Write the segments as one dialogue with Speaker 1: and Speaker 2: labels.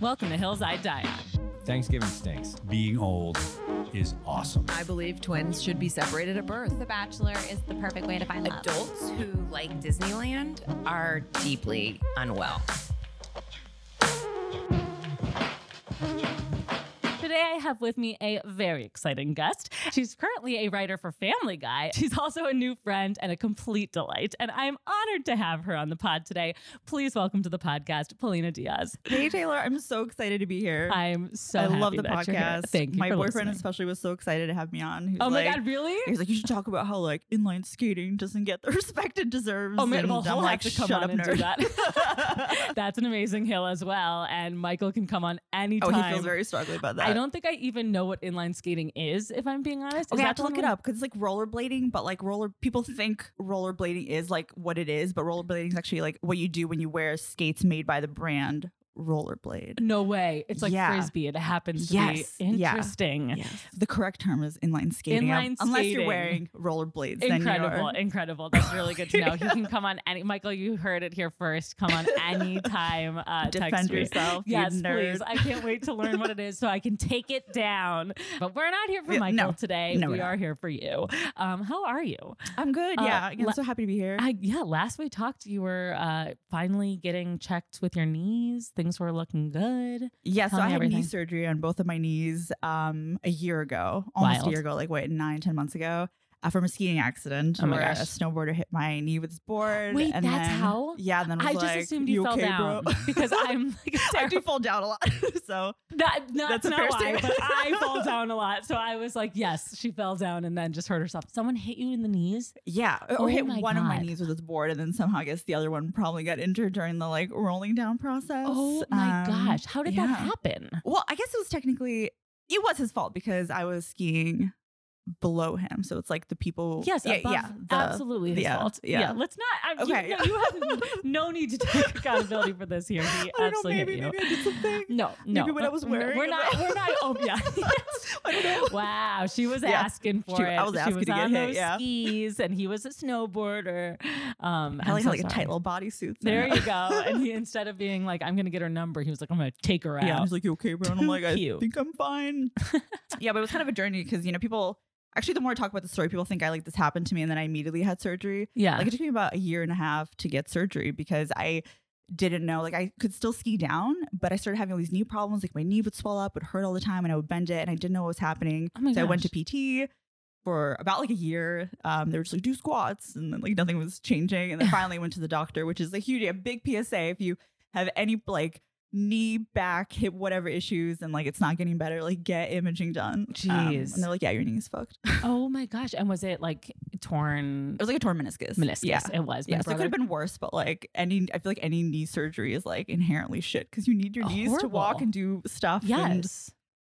Speaker 1: Welcome to Hills I Die On.
Speaker 2: Thanksgiving stinks.
Speaker 3: Being old is awesome.
Speaker 4: I believe twins should be separated at birth.
Speaker 5: The Bachelor is the perfect way to find love.
Speaker 6: Adults who like Disneyland are deeply unwell.
Speaker 1: Today I have with me a very exciting guest. She's currently a writer for Family Guy. She's also a new friend and a complete delight. And I'm honored to have her on the pod today. Please welcome to the podcast, Polina Diaz.
Speaker 7: Hey Taylor, I'm so excited to be here.
Speaker 1: I'm so
Speaker 7: I love
Speaker 1: happy
Speaker 7: the
Speaker 1: that you're here.
Speaker 7: podcast.
Speaker 1: Thank you.
Speaker 7: My
Speaker 1: for
Speaker 7: boyfriend
Speaker 1: listening.
Speaker 7: especially was so excited to have me on. He was
Speaker 1: Oh my
Speaker 7: like-
Speaker 1: god, really?
Speaker 7: He was like, you should talk about how like inline skating doesn't get the respect it deserves.
Speaker 1: Oh man,
Speaker 7: And
Speaker 1: well,
Speaker 7: I'm
Speaker 1: he'll
Speaker 7: like,
Speaker 1: have to come
Speaker 7: "Shut
Speaker 1: on
Speaker 7: up,
Speaker 1: and do
Speaker 7: nerd."
Speaker 1: that. That's an amazing hill as well, and Michael can come on
Speaker 7: Oh,
Speaker 1: anytime.
Speaker 7: he feels very strongly about that.
Speaker 1: I don't think I even know what inline skating is, if I'm being honest. Is
Speaker 7: Okay, I
Speaker 1: that
Speaker 7: have to
Speaker 1: the
Speaker 7: look it
Speaker 1: one-
Speaker 7: up because it's like rollerblading, but like roller people think rollerblading is like what it is, but rollerblading is actually like what you do when you wear skates made by the brand Rollerblade.
Speaker 1: No way. It's like
Speaker 7: Yeah.
Speaker 1: frisbee. It happens to
Speaker 7: Yes.
Speaker 1: be
Speaker 7: Yeah.
Speaker 1: interesting.
Speaker 7: The correct term is inline skating.
Speaker 1: Inline
Speaker 7: Unless
Speaker 1: skating.
Speaker 7: you're wearing rollerblades, then you
Speaker 1: Incredible,
Speaker 7: are.
Speaker 1: incredible. That's really good to know. He can come on any. Michael, you heard it here first. Come on anytime. Uh,
Speaker 7: defend
Speaker 1: text me.
Speaker 7: yourself. you
Speaker 1: Yes,
Speaker 7: nerd.
Speaker 1: please. I can't wait to learn what it is so I can take it down. But we're not here for
Speaker 7: Yeah,
Speaker 1: Michael
Speaker 7: no.
Speaker 1: today.
Speaker 7: No,
Speaker 1: we
Speaker 7: we're not.
Speaker 1: are here for you. Um, how are you?
Speaker 7: I'm good.
Speaker 1: Uh,
Speaker 7: yeah, I'm
Speaker 1: le-
Speaker 7: so happy to be here.
Speaker 1: I, yeah, last we talked, you were uh, finally getting checked with your knees. Things were looking good.
Speaker 7: yeah, so
Speaker 1: tell
Speaker 7: I
Speaker 1: me
Speaker 7: had
Speaker 1: everything.
Speaker 7: knee surgery on both of my knees um a year ago, almost
Speaker 1: Wild.
Speaker 7: a year ago, like what nine, ten months ago. Uh, from a skiing accident
Speaker 1: Oh my
Speaker 7: where
Speaker 1: gosh.
Speaker 7: a snowboarder hit my knee with his board.
Speaker 1: Wait,
Speaker 7: and
Speaker 1: that's
Speaker 7: then-
Speaker 1: how?
Speaker 7: Yeah, and then was
Speaker 1: I just
Speaker 7: like,
Speaker 1: assumed you, fell
Speaker 7: okay,
Speaker 1: down
Speaker 7: bro?"
Speaker 1: because I'm like a
Speaker 7: I
Speaker 1: terrible
Speaker 7: do fall down a lot. so
Speaker 1: That, no,
Speaker 7: That's
Speaker 1: that's
Speaker 7: a
Speaker 1: not
Speaker 7: fair
Speaker 1: why,
Speaker 7: statement.
Speaker 1: but I fall down a lot. So I was like, yes, she fell down and then just hurt herself. Someone hit you in the knees?
Speaker 7: yeah, or
Speaker 1: Oh
Speaker 7: hit
Speaker 1: my
Speaker 7: one of my
Speaker 1: God.
Speaker 7: knees with his board, and then somehow I guess the other one probably got injured during the like rolling down process.
Speaker 1: Oh my
Speaker 7: Um,
Speaker 1: gosh. How did that
Speaker 7: yeah.
Speaker 1: happen?
Speaker 7: Well, I guess it was technically it was his fault because I was skiing below him. So it's like the people.
Speaker 1: Yes,
Speaker 7: yeah,
Speaker 1: above,
Speaker 7: yeah, the-
Speaker 1: absolutely his
Speaker 7: yeah,
Speaker 1: fault. Yeah.
Speaker 7: yeah.
Speaker 1: let's not. I'm,
Speaker 7: Okay.
Speaker 1: you, no, you have n- no need to take accountability for this here. He
Speaker 7: I don't know.
Speaker 1: absolutely
Speaker 7: Maybe
Speaker 1: hit you.
Speaker 7: maybe I did something.
Speaker 1: No, no.
Speaker 7: Maybe what I was
Speaker 1: no, no,
Speaker 7: wearing
Speaker 1: We're
Speaker 7: and
Speaker 1: not.
Speaker 7: the-
Speaker 1: We're not. Oh yeah.
Speaker 7: I don't know.
Speaker 1: Wow, she was
Speaker 7: Yeah.
Speaker 1: asking for
Speaker 7: She-
Speaker 1: it.
Speaker 7: I was
Speaker 1: she
Speaker 7: asking
Speaker 1: was
Speaker 7: to get
Speaker 1: on
Speaker 7: hit,
Speaker 1: those
Speaker 7: yeah.
Speaker 1: skis, and he was a snowboarder. Um,
Speaker 7: I
Speaker 1: I'm
Speaker 7: like
Speaker 1: so
Speaker 7: how, like a
Speaker 1: sorry.
Speaker 7: tight little bodysuit.
Speaker 1: There you go. And he instead of being like, I'm gonna get her number, he was like, I'm gonna take her
Speaker 7: Yeah, I
Speaker 1: out.
Speaker 7: was like, you okay, bro? And I'm
Speaker 1: Too
Speaker 7: like, I
Speaker 1: cute.
Speaker 7: think I'm fine. yeah, but it was kind of a journey because you know people. Actually, the more I talk about the story, people think I like this happened to me, and then I immediately had surgery.
Speaker 1: Yeah.
Speaker 7: Like it took me about a year and a half to get surgery because I didn't know. Like I could still ski down, but I started having all these knee problems. Like my knee would swell up, would hurt all the time, and I would bend it, and I didn't know what was happening.
Speaker 1: Oh my
Speaker 7: so I went
Speaker 1: gosh.
Speaker 7: to PT for about like a year. Um, they were just like do squats, and then like nothing was changing. And then finally went to the doctor, which is a huge, a big PSA. If you have any like knee, back, hip, whatever issues, and like it's not getting better, like get imaging done. Um,
Speaker 1: Jeez.
Speaker 7: and they're like, yeah, your knee's fucked. it
Speaker 1: oh my gosh. And was it like torn
Speaker 7: was like a torn meniscus.
Speaker 1: meniscus?
Speaker 7: Yeah.
Speaker 1: It was. My
Speaker 7: Yeah, so it could
Speaker 1: brother-
Speaker 7: have been worse, but like any, I feel like any knee surgery is like inherently shit because you need your knees to walk
Speaker 1: Horrible.
Speaker 7: and do stuff. and-
Speaker 1: Yes.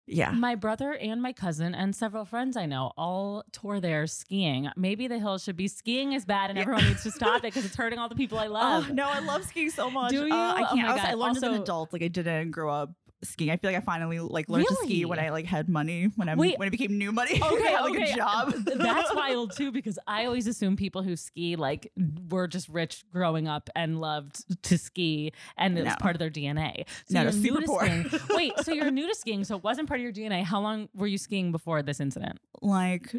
Speaker 7: yeah.
Speaker 1: My brother and my cousin and several friends I know all tore theirs skiing. Maybe the hill should be skiing is bad and
Speaker 7: Yeah.
Speaker 1: everyone needs to stop it because it's hurting all the people I love.
Speaker 7: Oh no, I love skiing so much.
Speaker 1: Do
Speaker 7: Uh,
Speaker 1: you?
Speaker 7: I
Speaker 1: Oh
Speaker 7: can't.
Speaker 1: my
Speaker 7: I, was- I
Speaker 1: God.
Speaker 7: learned as
Speaker 1: Also-
Speaker 7: an adult. Like I didn't grow up skiing. I feel like I finally like learned to ski when
Speaker 1: Really?
Speaker 7: I like had money when I
Speaker 1: Wait.
Speaker 7: when it became new money.
Speaker 1: Okay,
Speaker 7: I had, like
Speaker 1: okay.
Speaker 7: a job.
Speaker 1: That's wild too because I always assume people who ski like were just rich growing up and loved to ski and it was
Speaker 7: No.
Speaker 1: part of their DNA. So
Speaker 7: No,
Speaker 1: you're new
Speaker 7: no, super
Speaker 1: to
Speaker 7: poor.
Speaker 1: skiing. Wait, so you're new to skiing, so it wasn't part of your DNA. How long were you skiing before this incident?
Speaker 7: like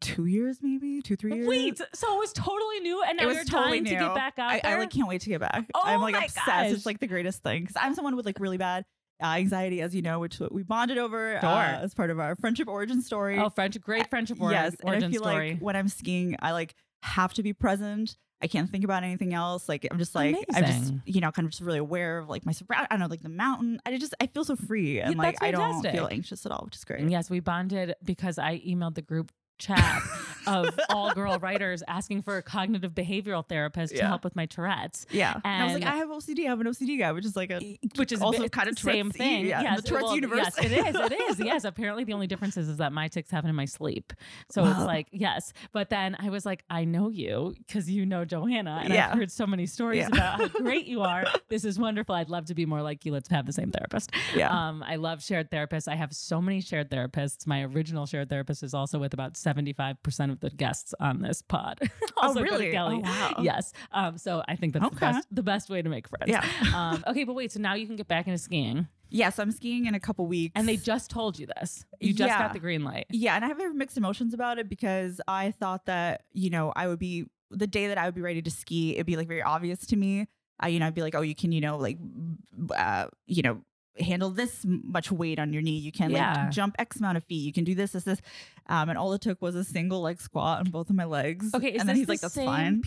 Speaker 7: two years, maybe two three years.
Speaker 1: Wait, so it was totally new and now
Speaker 7: it was
Speaker 1: you're trying
Speaker 7: totally new.
Speaker 1: to get back out
Speaker 7: I, I
Speaker 1: there?
Speaker 7: like can't wait to get back.
Speaker 1: Oh
Speaker 7: I'm like
Speaker 1: my
Speaker 7: obsessed.
Speaker 1: gosh.
Speaker 7: It's like the greatest thing because I'm someone with like really bad uh, anxiety, as you know, which we bonded over
Speaker 1: Sure.
Speaker 7: uh, as part of our friendship origin story.
Speaker 1: Oh, French, great friendship origin,
Speaker 7: yes, and
Speaker 1: origin
Speaker 7: I feel
Speaker 1: story.
Speaker 7: like when I'm skiing, I like have to be present. I can't think about anything else. Like I'm just like I'm just
Speaker 1: Amazing.
Speaker 7: you know kind of just really aware of like my surround. I don't know like the mountain. I just I feel so free and
Speaker 1: Yeah,
Speaker 7: like
Speaker 1: that's
Speaker 7: I don't feel
Speaker 1: fantastic.
Speaker 7: anxious at all, which is great.
Speaker 1: And yes, we bonded because I emailed the group chat of all girl writers asking for a cognitive behavioral therapist to
Speaker 7: Yeah.
Speaker 1: help with my Tourette's.
Speaker 7: Yeah, and I was like,
Speaker 1: And-
Speaker 7: I have OCD. I have an OCD guy, which is like a
Speaker 1: Which is a
Speaker 7: also
Speaker 1: bit-
Speaker 7: kind of
Speaker 1: it's the same
Speaker 7: Tourette's-
Speaker 1: thing.
Speaker 7: Yeah, in
Speaker 1: yes,
Speaker 7: the Tourette's
Speaker 1: well,
Speaker 7: universe.
Speaker 1: Yes, it is. It is. Yes. Apparently, the only difference is, is that my tics happen in my sleep. So it's
Speaker 7: Wow.
Speaker 1: like yes. But then I was like, I know you because you know Johanna, and
Speaker 7: Yeah.
Speaker 1: I've heard so many stories
Speaker 7: Yeah.
Speaker 1: about how great you are. This is wonderful. I'd love to be more like you. Let's have the same therapist.
Speaker 7: Yeah.
Speaker 1: Um, I love shared therapists. I have so many shared therapists. My original shared therapist is also with about 75% of the guests on this pod. also go to
Speaker 7: really?
Speaker 1: Kelly.
Speaker 7: Oh, wow.
Speaker 1: Yes. Um, so I think that's the
Speaker 7: Okay.
Speaker 1: best the best way to make friends.
Speaker 7: Yeah.
Speaker 1: Um, okay, but wait, so now you can get back into skiing.
Speaker 7: Yeah, so I'm skiing in a couple weeks.
Speaker 1: And they just told you this. You just
Speaker 7: Yeah.
Speaker 1: got the green light.
Speaker 7: Yeah, and I have mixed emotions about it because I thought that, you know, I would be the day that I would be ready to ski, it'd be like very obvious to me. I, you know, I'd be like, oh, you can, you know, like, b- uh, you know, handle this m- much weight on your knee. You can
Speaker 1: Yeah.
Speaker 7: like jump X amount of feet. You can do this, this, this. Um, and all it took was a single leg squat on both of my legs.
Speaker 1: Okay, is
Speaker 7: and
Speaker 1: this
Speaker 7: then he's
Speaker 1: the
Speaker 7: like, that's
Speaker 1: same
Speaker 7: fine.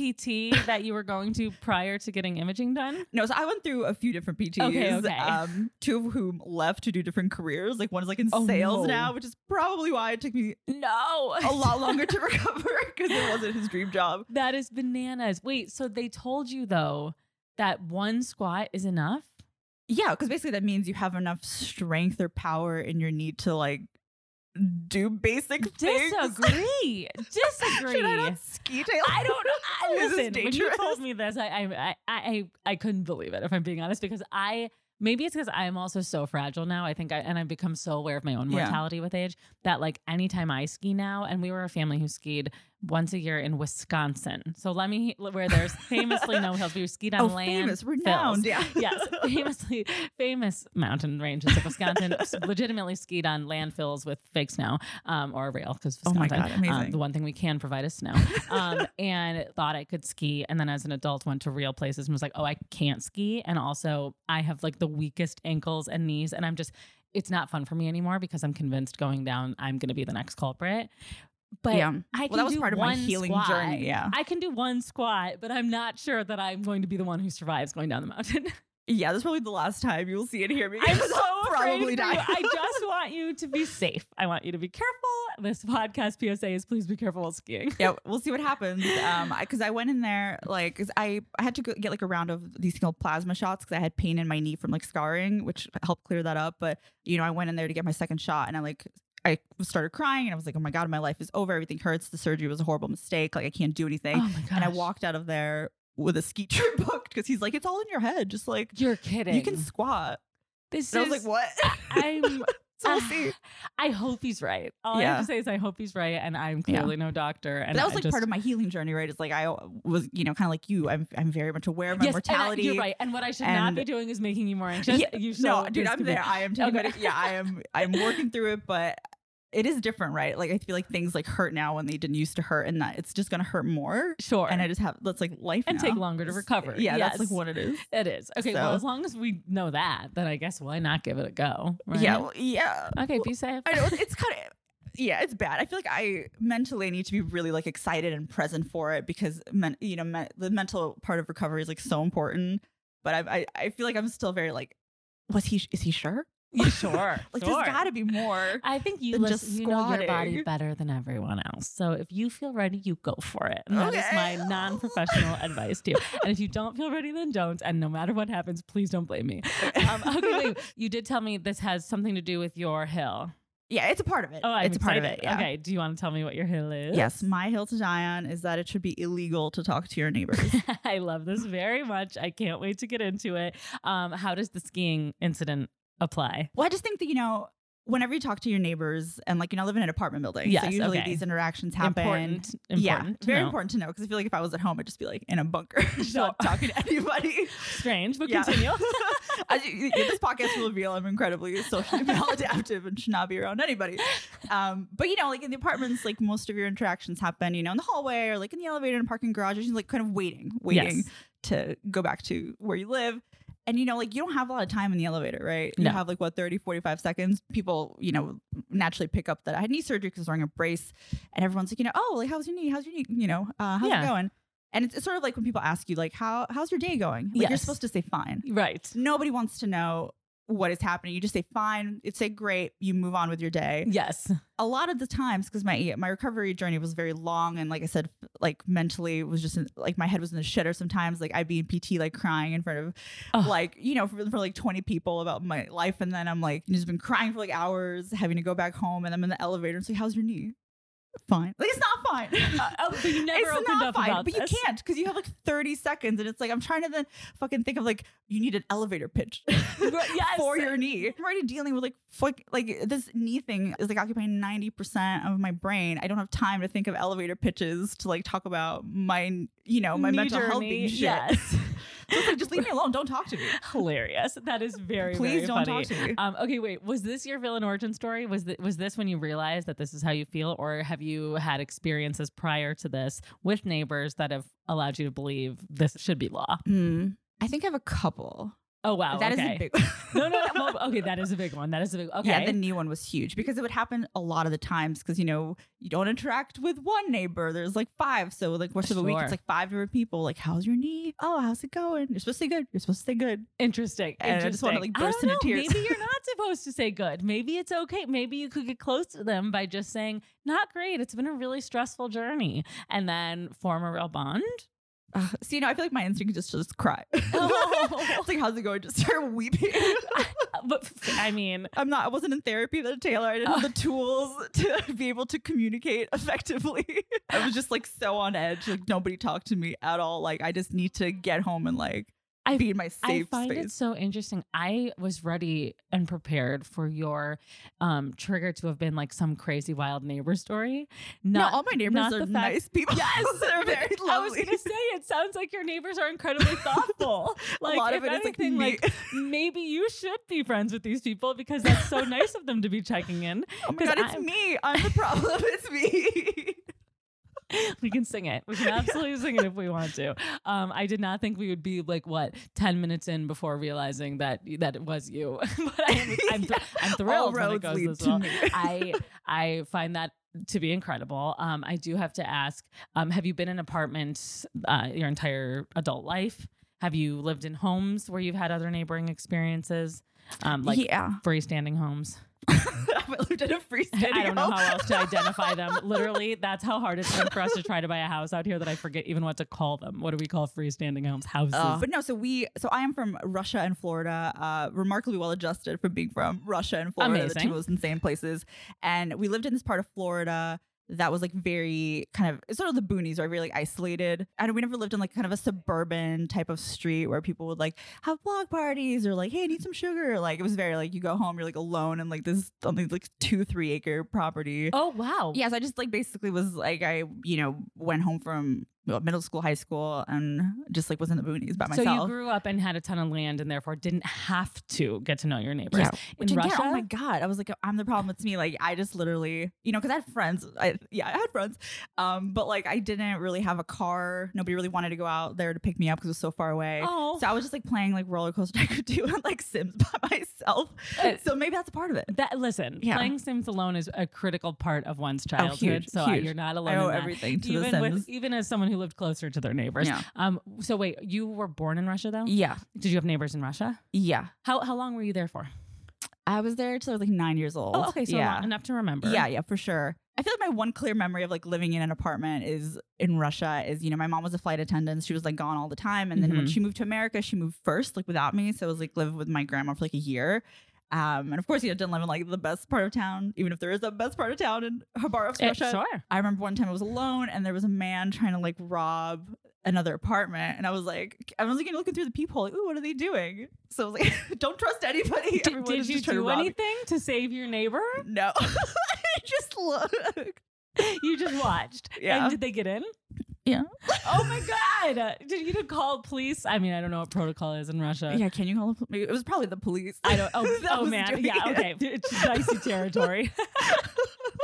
Speaker 1: PT that you were going to prior to getting imaging done?
Speaker 7: No, so I went through a few different PTs.
Speaker 1: Okay, okay.
Speaker 7: Um, two of whom left to do different careers. Like one is like in
Speaker 1: Oh,
Speaker 7: sales
Speaker 1: no.
Speaker 7: now, which is probably why it took me
Speaker 1: No.
Speaker 7: a lot longer to recover because it wasn't his dream job.
Speaker 1: That is bananas. Wait, so they told you though that one squat is enough?
Speaker 7: Yeah, because basically that means you have enough strength or power in your knee to like do basic things.
Speaker 1: Disagree. Disagree.
Speaker 7: Should I not ski tail?
Speaker 1: I don't know. I,
Speaker 7: This is
Speaker 1: listen, when you told
Speaker 7: dangerous.
Speaker 1: me this, I, I, I, I, I couldn't believe it. If I'm being honest, because I maybe it's because I'm also so fragile now. I think, I, and I've become so aware of my own
Speaker 7: Yeah.
Speaker 1: mortality with age that like anytime I ski now, and we were a family who skied once a year in Wisconsin. So let me where there's famously no hills. We skied on
Speaker 7: Oh,
Speaker 1: land,
Speaker 7: famous,
Speaker 1: fills.
Speaker 7: renowned. Yeah.
Speaker 1: yes, famously famous mountain ranges of Wisconsin s- legitimately skied on landfills with fake snow um, or a rail because
Speaker 7: Oh my
Speaker 1: Wisconsin.
Speaker 7: God, amazing.
Speaker 1: um, the one thing we can provide is snow. Um, and thought I could ski, and then as an adult went to real places and was like, oh, I can't ski, and also I have like the weakest ankles and knees, and I'm just. It's not fun for me anymore because I'm convinced going down I'm going to be the next culprit. But
Speaker 7: Yeah.
Speaker 1: I can
Speaker 7: Well, that was
Speaker 1: do
Speaker 7: part of my
Speaker 1: one
Speaker 7: healing
Speaker 1: squat.
Speaker 7: journey. Yeah.
Speaker 1: I can do one squat, but I'm not sure that I'm going to be the one who survives going down the mountain.
Speaker 7: Yeah, this is probably the last time you'll see and hear me.
Speaker 1: I'm
Speaker 7: I'll
Speaker 1: so afraid for
Speaker 7: probably
Speaker 1: you.
Speaker 7: die.
Speaker 1: I just want you to be safe. I want you to be careful. This podcast PSA is please be careful while skiing.
Speaker 7: yeah, we'll see what happens. Um, because I, went in there like 'cause I I had to go get like a round of these called plasma shots because I had pain in my knee from like scarring, which helped clear that up. But you know, I went in there to get my second shot, and I like I started crying, and I was like, oh my god, my life is over. Everything hurts. The surgery was a horrible mistake. Like I can't do anything.
Speaker 1: my god!
Speaker 7: and I walked out of there with a ski trip booked because he's like, it's all in your head. Just like
Speaker 1: You're kidding.
Speaker 7: you can squat.
Speaker 1: This
Speaker 7: And I was
Speaker 1: is.
Speaker 7: like, what?
Speaker 1: I'm. uh,
Speaker 7: so
Speaker 1: Ah.
Speaker 7: we'll see.
Speaker 1: I hope he's right. All I
Speaker 7: Yeah.
Speaker 1: have to say is I hope he's right, and I'm
Speaker 7: Yeah.
Speaker 1: clearly no doctor.
Speaker 7: But
Speaker 1: And
Speaker 7: that was
Speaker 1: I
Speaker 7: like
Speaker 1: just,
Speaker 7: part of my healing journey, right? It's like I was, you know, kind of like you. I'm, I'm very much aware of my
Speaker 1: yes, and I-
Speaker 7: mortality.
Speaker 1: you're right. And what I should not
Speaker 7: and-
Speaker 1: be doing is making you more anxious.
Speaker 7: Yeah,
Speaker 1: you so-
Speaker 7: no, dude,
Speaker 1: this
Speaker 7: I'm
Speaker 1: could be-
Speaker 7: there. I am taking
Speaker 1: Okay.
Speaker 7: medic- Yeah, I am. I'm working through it, but it is different, right? Like I feel like things like hurt now when they didn't used to hurt, and that it's just gonna hurt more.
Speaker 1: Sure.
Speaker 7: And I just have that's like life
Speaker 1: And
Speaker 7: now.
Speaker 1: take longer to recover.
Speaker 7: Yeah, that's
Speaker 1: Yes.
Speaker 7: like what it is.
Speaker 1: It is. Okay, well,
Speaker 7: So-
Speaker 1: as long as we know that, then I guess why not give it a go? right?
Speaker 7: Yeah, well, yeah.
Speaker 1: Okay, be safe.
Speaker 7: I know it's, it's kind of. Yeah, it's bad. I feel like I mentally need to be really like excited and present for it because men, you know men, the mental part of recovery is like so important. But I, I I feel like I'm still very like, was he? Is he sure?
Speaker 1: Yeah, sure.
Speaker 7: Like
Speaker 1: sure.
Speaker 7: there's got to be more.
Speaker 1: I think you
Speaker 7: than
Speaker 1: lis-
Speaker 7: just
Speaker 1: you know your body
Speaker 7: squatting.
Speaker 1: better than everyone else. So if you feel ready, you go for it. And that is
Speaker 7: Okay.
Speaker 1: my non-professional advice to you. And if you don't feel ready, then don't. And no matter what happens, please don't blame me. Um, okay, wait. You did tell me this has something to do with your hill.
Speaker 7: Yeah, it's a part of it.
Speaker 1: Oh, I'm
Speaker 7: it's a part of it.
Speaker 1: excited.
Speaker 7: Yeah.
Speaker 1: Okay. Do you want to tell me what your hill is?
Speaker 7: Yes, my hill to die on is that it should be illegal to talk to your neighbors.
Speaker 1: I love this very much. I can't wait to get into it. Um, how does the skiing incident apply?
Speaker 7: well, I just think that you know, whenever you talk to your neighbors, and like you know, I live in an apartment building,
Speaker 1: Yes,
Speaker 7: so usually
Speaker 1: okay.
Speaker 7: these interactions happen.
Speaker 1: Important. Important.
Speaker 7: yeah,
Speaker 1: to
Speaker 7: very
Speaker 1: know.
Speaker 7: important to know because I feel like if I was at home, I'd just be like in a bunker, just
Speaker 1: Sure.
Speaker 7: not talking to anybody.
Speaker 1: Strange, but
Speaker 7: Yeah.
Speaker 1: continue.
Speaker 7: As you- you- this podcast will reveal I'm incredibly socially maladaptive and should not be around anybody. Um, but you know, like in the apartments, like most of your interactions happen, you know, in the hallway or like in the elevator in a parking garage, you're just like kind of waiting, waiting
Speaker 1: Yes.
Speaker 7: to go back to where you live. And you know, like you don't have a lot of time in the elevator, right?
Speaker 1: No.
Speaker 7: You have like what 30, 45 seconds. People, you know, naturally pick up that I had knee surgery because I was wearing a brace and everyone's like, you know, oh, like how's your knee? How's your knee? You know, uh, how's
Speaker 1: Yeah.
Speaker 7: it going? And it's, it's sort of like when people ask you, like, how how's your day going? Like you're
Speaker 1: Yes.
Speaker 7: supposed to say fine
Speaker 1: Right.
Speaker 7: nobody wants to know what is happening. You just say fine, it's say great, you move on with your day.
Speaker 1: Yes.
Speaker 7: A lot of the times because my my recovery journey was very long and like I said like mentally was just in, like my head was in the shitter sometimes like I'd be in PT like crying in front of
Speaker 1: Ugh.
Speaker 7: like you know for, for like 20 people about my life and then I'm like just been crying for like hours having to go back home and I'm in the elevator and it's like how's your knee? Fine. Like it's not fine.
Speaker 1: Oh, but you never
Speaker 7: it's
Speaker 1: opened
Speaker 7: not
Speaker 1: up
Speaker 7: fine,
Speaker 1: about
Speaker 7: but
Speaker 1: this.
Speaker 7: you can't because you have like 30 seconds and it's like i'm trying to then fucking think of like you need an elevator pitch
Speaker 1: Right, yes.
Speaker 7: for your knee i'm already dealing with like fuck, like this knee thing is like occupying 90% of my brain i don't have time to think of elevator pitches to like talk about Oh, my you know my mental
Speaker 1: Knee
Speaker 7: health being
Speaker 1: journey,
Speaker 7: shit
Speaker 1: Yes.
Speaker 7: So it's like, just leave me alone. Don't talk to me.
Speaker 1: Hilarious. That is very
Speaker 7: Please
Speaker 1: very
Speaker 7: don't
Speaker 1: funny.
Speaker 7: talk to me.
Speaker 1: Um, okay, wait. Was this your villain origin story? Was th- was this when you realized that this is how you feel, or have you had experiences prior to this with neighbors that have allowed you to believe this should be law?
Speaker 7: Hmm. I think I have a couple.
Speaker 1: Oh wow,
Speaker 7: That is
Speaker 1: okay.
Speaker 7: a big one.
Speaker 1: no, no, no. Well, okay, that is a big one. That is a big. Okay,
Speaker 7: Yeah, the knee one was huge because it would happen a lot of the times because you know you don't interact with one neighbor. There's like five, so like once of a week
Speaker 1: Sure.
Speaker 7: it's like five different people. Like, how's your knee? Oh, how's it going? You're supposed to say good. You're supposed to say good.
Speaker 1: interesting.
Speaker 7: And I just wanna,
Speaker 1: interesting.
Speaker 7: like,
Speaker 1: I don't
Speaker 7: burst into
Speaker 1: know,
Speaker 7: tears.
Speaker 1: Maybe you're not supposed to say good. Maybe it's okay. Maybe you could get close to them by just saying, "Not great. It's been a really stressful journey," and then form a real bond.
Speaker 7: Ugh. So you know, I feel like my instinct is just to just cry. it's like, how's it going? Just start weeping.
Speaker 1: Uh, But I mean,
Speaker 7: I'm not. I wasn't in therapy then, Taylor. I didn't have the tools to be able to communicate effectively. I was just like so on edge. Like nobody talked to me at all. Like I just need to get home and like
Speaker 1: I-
Speaker 7: be in my
Speaker 1: I
Speaker 7: safe
Speaker 1: find
Speaker 7: space.
Speaker 1: it so interesting. I was ready and prepared for your um, trigger to have been like some crazy wild neighbor story. Not,
Speaker 7: no, all my neighbors
Speaker 1: not
Speaker 7: are
Speaker 1: the fact-
Speaker 7: nice people. Yes, they're very lovely.
Speaker 1: I was going to say, it sounds like your neighbors are incredibly thoughtful. Like,
Speaker 7: a lot
Speaker 1: if
Speaker 7: of it is
Speaker 1: anything,
Speaker 7: like, me.
Speaker 1: maybe you should be friends with these people because that's so nice of them to be checking in.
Speaker 7: oh my god, it's
Speaker 1: I'm-
Speaker 7: me. I'm the problem. It's me.
Speaker 1: We can sing it. We can absolutely sing it if we want to. Um, I did not think we would be like what ten minutes in before realizing that that it was you. but I'm, I'm, thr- I'm
Speaker 7: All
Speaker 1: thrilled when it
Speaker 7: roads
Speaker 1: goes
Speaker 7: lead
Speaker 1: this
Speaker 7: to
Speaker 1: well.
Speaker 7: me.
Speaker 1: I I find that to be incredible. Um, I do have to ask: um, Have you been in apartments uh, your entire adult life? Have you lived in homes where you've had other neighboring experiences, um, like
Speaker 7: yeah,
Speaker 1: freestanding homes?
Speaker 7: I lived in a freestanding.
Speaker 1: I don't know
Speaker 7: home.
Speaker 1: how else to identify them. Literally, that's how hard it's been for us to try to buy a house out here that I forget even what to call them. What do we call freestanding homes? Houses.
Speaker 7: Uh, but no, so we, so I am from Russia and Florida, uh, remarkably well adjusted from being from Russia and Florida, the
Speaker 1: Amazing.
Speaker 7: two most insane places. And we lived in this part of Florida that was like very kind of it's sort of the boonies, right? Very like isolated. And we never lived in like kind of a suburban type of street where people would like have block parties or like, hey, I need some sugar. Like it was very like you go home, you're like alone in like this only like two, three acre property.
Speaker 1: oh wow.
Speaker 7: Yes, I just like basically was like I, you know, went home from well, middle school, high school, and just like was in the boonies by
Speaker 1: So you
Speaker 7: myself.
Speaker 1: grew up and had a ton of land, and therefore didn't have to get to know your neighbors.
Speaker 7: Yeah.
Speaker 1: In
Speaker 7: Which again,
Speaker 1: Russia,
Speaker 7: oh my god, I was like, I'm the problem. It's me. Like I just literally, you know, because I had friends. I yeah, I had friends, um, but like I didn't really have a car. Nobody really wanted to go out there to pick me up because it was so far away.
Speaker 1: Oh.
Speaker 7: So I was just like playing like roller coaster tycoon two and like Sims by myself.
Speaker 1: Uh,
Speaker 7: so maybe that's a part of it.
Speaker 1: that listen,
Speaker 7: Yeah. Oh,
Speaker 1: playing Sims alone is a critical part of one's childhood.
Speaker 7: huge,
Speaker 1: so I-
Speaker 7: huge.
Speaker 1: you're not alone.
Speaker 7: I owe
Speaker 1: in that.
Speaker 7: everything to
Speaker 1: even
Speaker 7: the
Speaker 1: with-
Speaker 7: Sims.
Speaker 1: even as someone who lived closer to their neighbors.
Speaker 7: Yeah.
Speaker 1: Um. So wait, you were born in Russia though.
Speaker 7: yeah,
Speaker 1: Did you have neighbors in Russia?
Speaker 7: yeah.
Speaker 1: How how long were you there for?
Speaker 7: I was there till I was like nine years old.
Speaker 1: Oh, okay. So
Speaker 7: yeah,
Speaker 1: long, enough to remember.
Speaker 7: Yeah, yeah, for sure. I feel like my one clear memory of like living in an apartment is in Russia is, you know, my mom was a flight attendant. She was like gone all the time. And then when
Speaker 1: Mhm.
Speaker 7: she moved to America, she moved first, like without me. So I was like lived with my grandma for like a year. Um, and of course, you know, didn't live in like the best part of town, even if there is a best part of town in Khabarovsk,
Speaker 1: Eh,
Speaker 7: Russia.
Speaker 1: sure.
Speaker 7: I remember one time I was alone and there was a man trying to like rob another apartment. And I was like, I was like looking through the peephole, like, ooh, what are they doing? So I was like, don't trust anybody.
Speaker 1: Did,
Speaker 7: Everyone
Speaker 1: did
Speaker 7: is
Speaker 1: you
Speaker 7: just trying to
Speaker 1: do
Speaker 7: rob
Speaker 1: anything to save your neighbor?
Speaker 7: No. I just looked.
Speaker 1: You just watched.
Speaker 7: Yeah.
Speaker 1: And did they get in?
Speaker 7: Yeah.
Speaker 1: Oh my god! Uh, Did you didn't call police? I mean, I don't know what protocol is in Russia.
Speaker 7: Yeah, can you call the police? It was probably the police.
Speaker 1: I don't. Oh,
Speaker 7: that
Speaker 1: oh
Speaker 7: was
Speaker 1: man.
Speaker 7: doing
Speaker 1: Yeah.
Speaker 7: it.
Speaker 1: Okay. It's dicey territory.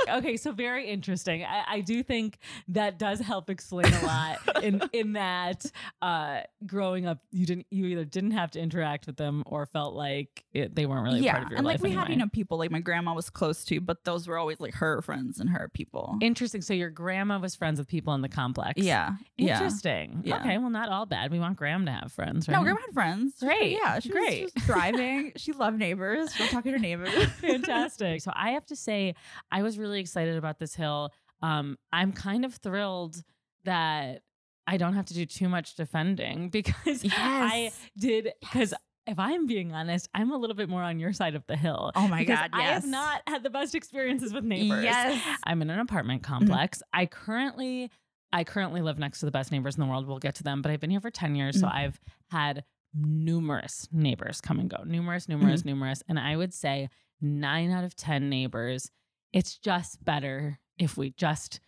Speaker 1: okay. So very interesting. I, I do think that does help explain a lot. In in that, uh, growing up, you didn't you either didn't have to interact with them or felt like it, they weren't really a
Speaker 7: yeah,
Speaker 1: part of your
Speaker 7: and
Speaker 1: life.
Speaker 7: like we had
Speaker 1: anyway.
Speaker 7: you know people like my grandma was close to, but those were always like her friends and her people.
Speaker 1: Interesting. So your grandma was friends with people in the complex.
Speaker 7: yeah, yeah.
Speaker 1: Interesting.
Speaker 7: Yeah.
Speaker 1: Okay. Well, not all bad. We want Graham to have friends, right?
Speaker 7: No, grandma had friends. She-
Speaker 1: Great,
Speaker 7: yeah, she
Speaker 1: great.
Speaker 7: was, she was thriving. she loved neighbors. She loved talking to her neighbors.
Speaker 1: Fantastic. So I have to say, I was really excited about this hill. Um, I'm kind of thrilled that I don't have to do too much defending because I
Speaker 7: Yes.
Speaker 1: did because. If I'm being honest, I'm a little bit more on your side of the hill.
Speaker 7: Oh my
Speaker 1: because
Speaker 7: God,
Speaker 1: I have
Speaker 7: yes.
Speaker 1: not had the best experiences with neighbors.
Speaker 7: Yes. Mm-hmm.
Speaker 1: I'm in an apartment complex. I currently I currently live next to the best neighbors in the world. We'll get to them, but I've been here for 10 years, so
Speaker 7: Mhm.
Speaker 1: I've had numerous neighbors come and go. Numerous,
Speaker 7: Mm-hmm.
Speaker 1: numerous, numerous, and I would say 9 out of 10 neighbors, it's just better if we just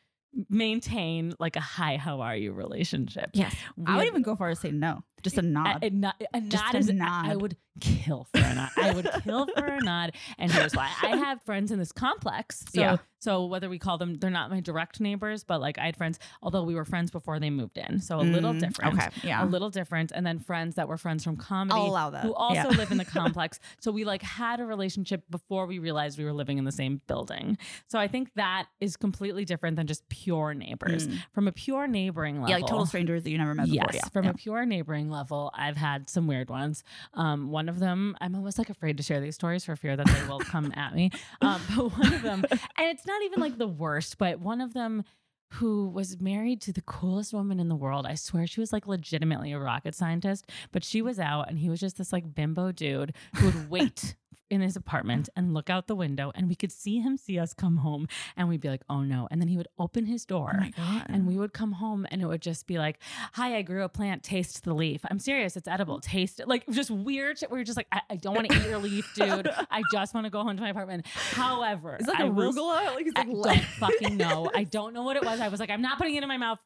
Speaker 1: maintain like a hi how are you relationship.
Speaker 7: Yes.
Speaker 1: We
Speaker 7: I would
Speaker 1: have-
Speaker 7: even go far to say no. Just a nod.
Speaker 1: A, a nod, a
Speaker 7: Just
Speaker 1: nod
Speaker 7: a
Speaker 1: is, I- I,
Speaker 7: nod.
Speaker 1: would kill for a nod. I would kill for a nod. And here's why. I have friends in this complex. So,
Speaker 7: Yeah.
Speaker 1: so whether we call them, they're not my direct neighbors, but like I had friends, although we were friends before they moved in. So a little
Speaker 7: Mm,
Speaker 1: different.
Speaker 7: Okay. Yeah.
Speaker 1: A little different. And then friends that were friends from comedy
Speaker 7: I'll allow that.
Speaker 1: who also
Speaker 7: Yeah.
Speaker 1: live in the complex. So we like had a relationship before we realized we were living in the same building. So I think that is completely different than just pure neighbors.
Speaker 7: Mm.
Speaker 1: From a pure neighboring level
Speaker 7: Yeah, like total strangers that you never met
Speaker 1: yes,
Speaker 7: before. Yeah.
Speaker 1: from
Speaker 7: yeah.
Speaker 1: a pure neighboring level, I've had some weird ones. Um, one of them, I'm almost like afraid to share these stories for fear that they will come at me. Um, but one of them, and it's not even like the worst, but one of them who was married to the coolest woman in the world. I swear she was like legitimately a rocket scientist, but she was out and he was just this like bimbo dude who would wait in his apartment and look out the window and we could see him see us come home and we'd be like, "Oh no." And then he would open his door
Speaker 7: Oh my god.
Speaker 1: and we would come home and it would just be like, Hi, I grew a plant, taste the leaf. I'm serious, it's edible, taste it. Like just weird shit. We were just like, I, I don't want to eat your leaf, dude. I just want to go home to my apartment. However,
Speaker 7: it's like
Speaker 1: I was-
Speaker 7: arugula. like it's
Speaker 1: I
Speaker 7: like
Speaker 1: don't fucking know. I don't know what it was. I was like, I'm not putting it in my mouth.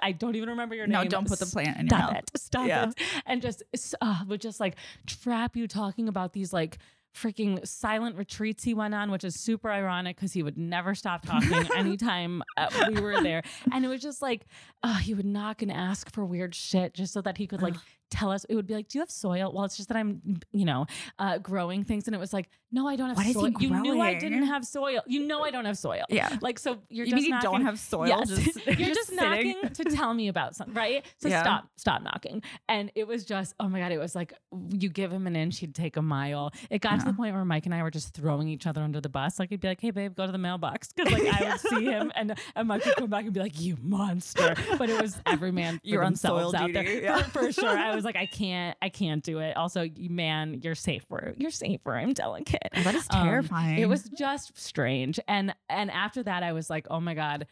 Speaker 1: I don't even remember your name.
Speaker 7: no, don't put the plant in your
Speaker 1: Stop
Speaker 7: mouth.
Speaker 1: it. Stop
Speaker 7: Yeah.
Speaker 1: it. And just s- uh, would just like trap you talking about these like freaking silent retreats he went on, which is super ironic because he would never stop talking anytime uh, we were there. And it was just like, uh, he would knock and ask for weird shit just so that he could like tell us. It would be like, Do you have soil? Well, it's just that I'm, you know, uh, growing things. And it was like, No, I don't have
Speaker 7: What is he
Speaker 1: soil. You knew I
Speaker 7: growing?
Speaker 1: didn't have soil. You know, I don't have soil.
Speaker 7: Yeah.
Speaker 1: Like, so you're
Speaker 7: you
Speaker 1: just
Speaker 7: mean you
Speaker 1: knocking-
Speaker 7: don't have soil?
Speaker 1: Yes.
Speaker 7: Just,
Speaker 1: you're just,
Speaker 7: sitting?
Speaker 1: knocking to tell me about something, right? So
Speaker 7: Yeah.
Speaker 1: stop, stop knocking. And it was just, oh my God, it was like you give him an inch, he'd take a mile. It got to
Speaker 7: Yeah.
Speaker 1: the point where Mike and I were just throwing each other under the bus. Like he'd be like, hey babe, go to the mailbox. Cause like I would see him and, and Mike would come back and be like, you monster. But it was every man for
Speaker 7: You're on
Speaker 1: themselves
Speaker 7: soil
Speaker 1: out there.
Speaker 7: duty, yeah.
Speaker 1: For, for sure. I was like, I can't, I can't do it. Also, you- man, you're safer. You're safer. I'm delicate.
Speaker 7: That is
Speaker 1: Um,
Speaker 7: terrifying.
Speaker 1: It was just strange. And and after that, I was like, oh my god,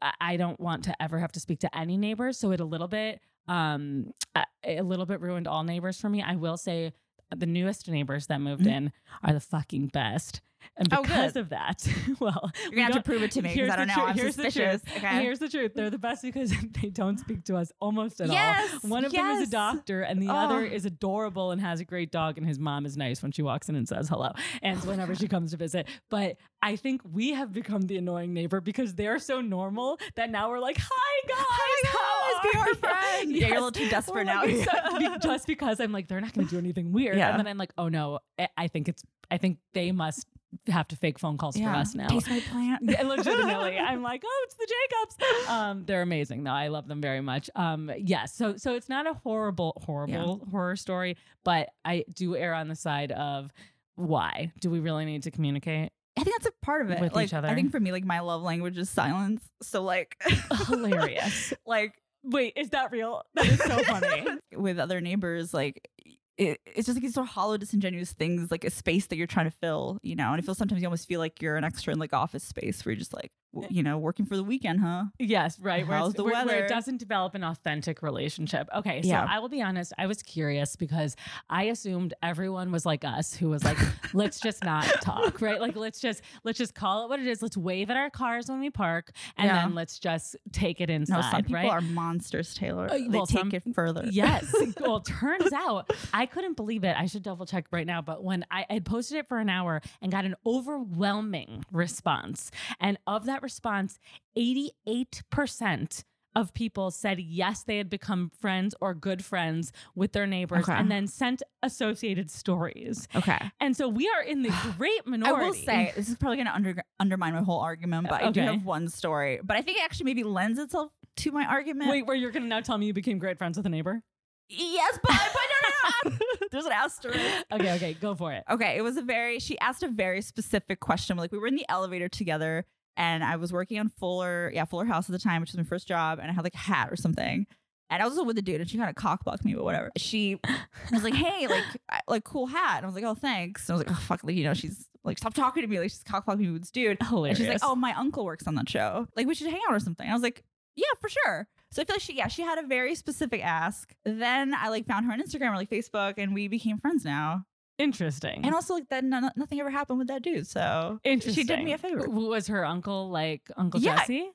Speaker 1: I, I don't want to ever have to speak to any neighbors. So it a little bit, um, a, a little bit ruined all neighbors for me. I will say. uh, The newest neighbors that moved
Speaker 7: Mhm.
Speaker 1: in are the fucking best, and
Speaker 7: Oh,
Speaker 1: because
Speaker 7: good.
Speaker 1: of that, well,
Speaker 7: You're
Speaker 1: we
Speaker 7: gonna have to
Speaker 1: don't-
Speaker 7: prove it to me
Speaker 1: here's
Speaker 7: because I don't
Speaker 1: the
Speaker 7: know.
Speaker 1: truth-
Speaker 7: I'm
Speaker 1: here's the truth.
Speaker 7: suspicious. Okay.
Speaker 1: Here's the truth: they're the best because they don't speak to us almost at
Speaker 7: Yes,
Speaker 1: all. One of them is
Speaker 7: yes.
Speaker 1: a doctor, and the other
Speaker 7: Oh.
Speaker 1: is adorable and has a great dog, and his mom is nice when she walks in and says hello, and whenever she comes to visit. But I think we have become the annoying neighbor because they're so normal that now we're like, "Hi guys,
Speaker 7: Hi,
Speaker 1: how
Speaker 7: guys,
Speaker 1: are
Speaker 7: be our
Speaker 1: ya?"
Speaker 7: friend. Oh Yeah, you're a little too desperate
Speaker 1: We're
Speaker 7: now.
Speaker 1: like, so- be- just because I'm like, they're not going to do anything weird,
Speaker 7: Yeah.
Speaker 1: and then I'm like, oh no, I- I think it's, I think they must have to fake phone calls for us now.
Speaker 7: Taste my plant.
Speaker 1: Yeah, legitimately i'm like oh it's the jacobs um they're amazing though i love them very much um yeah so so it's not a horrible horrible horror story but i do err on the side of why do we really need to communicate
Speaker 7: I think that's a part of it.
Speaker 1: With each
Speaker 7: like,
Speaker 1: other.
Speaker 7: I think for me, like my love language is silence. So like,
Speaker 1: hilarious
Speaker 7: like
Speaker 1: wait is that real that is so funny
Speaker 7: with other neighbors, like it, it's just like these sort of hollow, disingenuous things, like a space that you're trying to fill, you know. And I feel sometimes you almost feel like you're an extra in like office space where you're just like, w- you know, working for the weekend, huh?
Speaker 1: Yes, right. Where,
Speaker 7: How's
Speaker 1: it's-
Speaker 7: the
Speaker 1: where, where it
Speaker 7: weather?
Speaker 1: doesn't develop an authentic relationship. Okay, so
Speaker 7: Yeah.
Speaker 1: I will be honest. I was curious because I assumed everyone was like us, who was like, let's just not talk, right? Like let's just let's just call it what it is. Let's wave at our cars when we park, and
Speaker 7: Yeah.
Speaker 1: then let's just take it
Speaker 7: No,
Speaker 1: inside,
Speaker 7: some people
Speaker 1: right?
Speaker 7: are monsters, Taylor.
Speaker 1: Uh,
Speaker 7: they
Speaker 1: well,
Speaker 7: take
Speaker 1: some-
Speaker 7: it further.
Speaker 1: Yes. Well, turns out I couldn't believe it. I should double check right now. But when I I had posted it for an hour and got an overwhelming response, and of that response, 88% of people said yes, they had become friends or good friends with their neighbors
Speaker 7: Okay.
Speaker 1: and then sent associated stories.
Speaker 7: Okay.
Speaker 1: And so we are in the great minority.
Speaker 7: I will say this is probably going to under- undermine my whole argument, but I do
Speaker 1: Okay.
Speaker 7: have one story. But I think it actually maybe lends itself to my argument.
Speaker 1: Wait, where you're going to now tell me you became great friends with a neighbor?
Speaker 7: yes, but, but no, no, no. There's an asterisk.
Speaker 1: Okay, okay, go for it.
Speaker 7: Okay, it was a very she asked a very specific question. Like we were in the elevator together and I was working on Fuller, yeah, Fuller House at the time, which was my first job, and I had like a hat or something. And I was with a dude and she kind of cockblocked me, but whatever. She was like, hey, like I- like cool hat. And I was like, oh thanks. And I was like, oh fuck, like, you know, she's like, stop talking to me. Like she's cockblocking me with this dude.
Speaker 1: Hilarious.
Speaker 7: And she's like, "Oh, my uncle works on that show. Like, we should hang out or something." I was like, "Yeah, for sure." So I feel like she, yeah, she had a very specific ask. Then I like found her on Instagram or like Facebook, and we became friends now.
Speaker 1: Interesting.
Speaker 7: And also, like that, no, nothing ever happened with that dude. So
Speaker 1: Interesting.
Speaker 7: she did me a favor.
Speaker 1: W- Was her uncle like Uncle
Speaker 7: Yeah.
Speaker 1: Jesse?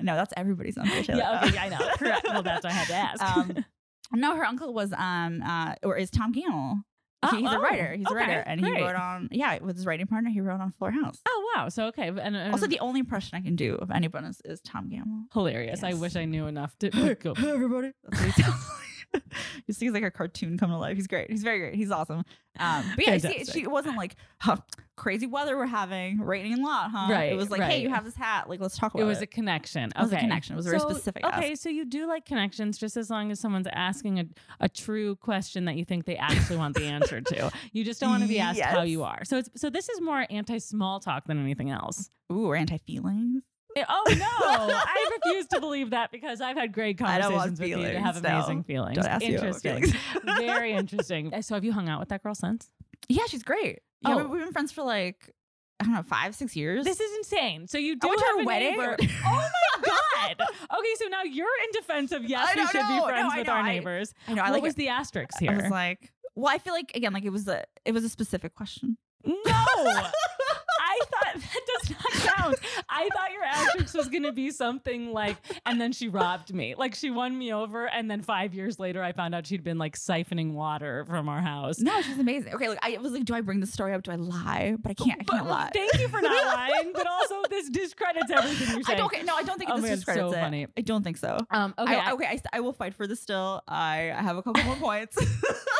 Speaker 7: no, that's everybody's on the show.
Speaker 1: Yeah, okay, yeah, I know. Correct. Well, that's what I had to ask.
Speaker 7: Um, no, her uncle was um uh or is Tom Gamble.
Speaker 1: Oh,
Speaker 7: he's a
Speaker 1: oh,
Speaker 7: writer. He's a writer,
Speaker 1: okay,
Speaker 7: and
Speaker 1: great.
Speaker 7: he wrote on yeah with his writing partner. He wrote on Fuller House.
Speaker 1: Oh wow. So okay. And, and
Speaker 7: Also, the only impression I can do of anyone is, is Tom Gamble.
Speaker 1: hilarious. I
Speaker 7: Yes.
Speaker 1: wish I knew enough to go.
Speaker 7: everybody! That's what he sounds like. he seems like a cartoon come to life. He's great. He's very great. He's awesome. Um, but yeah, she,
Speaker 1: Fantastic.
Speaker 7: she wasn't like huh, crazy weather we're having, raining a lot, huh?
Speaker 1: Right,
Speaker 7: It was like,
Speaker 1: right.
Speaker 7: hey, you have this hat. Like, let's talk about
Speaker 1: It
Speaker 7: it.
Speaker 1: was a connection.
Speaker 7: It was a
Speaker 1: Okay.
Speaker 7: connection. It was a very specific ask.
Speaker 1: Okay, so you do like connections just as long as someone's asking a, a true question that you think they actually want the answer to. You just don't want to be asked how
Speaker 7: Yes.
Speaker 1: you are. So it's so this is more anti small talk than anything else.
Speaker 7: Ooh, or anti feelings.
Speaker 1: Eh, Oh no, I refuse to believe that because I've had great
Speaker 7: I don't
Speaker 1: conversations
Speaker 7: want
Speaker 1: with you that have
Speaker 7: feelings, no.
Speaker 1: amazing feelings.
Speaker 7: Don't ask you about
Speaker 1: interesting.
Speaker 7: feelings.
Speaker 1: Very interesting. Eh, So have you hung out with that girl since?
Speaker 7: Yeah, she's great. Yeah, we-
Speaker 1: Oh.
Speaker 7: we've been friends for like I don't know five, six years.
Speaker 1: This is insane. So you
Speaker 7: I
Speaker 1: do
Speaker 7: went to
Speaker 1: have
Speaker 7: her
Speaker 1: a
Speaker 7: wedding.
Speaker 1: neighbor- Oh my god. Okay, so now you're in defense of yes,
Speaker 7: I
Speaker 1: we
Speaker 7: don't
Speaker 1: should
Speaker 7: know.
Speaker 1: be friends
Speaker 7: No, I
Speaker 1: with
Speaker 7: know.
Speaker 1: our
Speaker 7: I-
Speaker 1: neighbors.
Speaker 7: I know. I
Speaker 1: what
Speaker 7: like
Speaker 1: was
Speaker 7: was
Speaker 1: the asterisk
Speaker 7: I was
Speaker 1: here?
Speaker 7: like, well, I feel like again, like it was a it was a specific question.
Speaker 1: no, I thought that does not count. I thought your asterisk was going to be something like, and then she robbed me. Like she won me over, and then five years later, I found out she'd been like siphoning water from our house.
Speaker 7: No, she's amazing. Okay, look, I was like, do I bring the story up? Do I lie? But I can't. I can't lie.
Speaker 1: Thank you for not lying, but also this discredits everything you're
Speaker 7: I
Speaker 1: saying.
Speaker 7: don't. Okay, no, I don't think
Speaker 1: Oh
Speaker 7: this
Speaker 1: my God, it's
Speaker 7: discredits
Speaker 1: so
Speaker 7: it.
Speaker 1: funny.
Speaker 7: I don't think so.
Speaker 1: Um, okay,
Speaker 7: Okay,
Speaker 1: I-
Speaker 7: I, okay, I, st- I will fight for this still. I, I have a couple more points.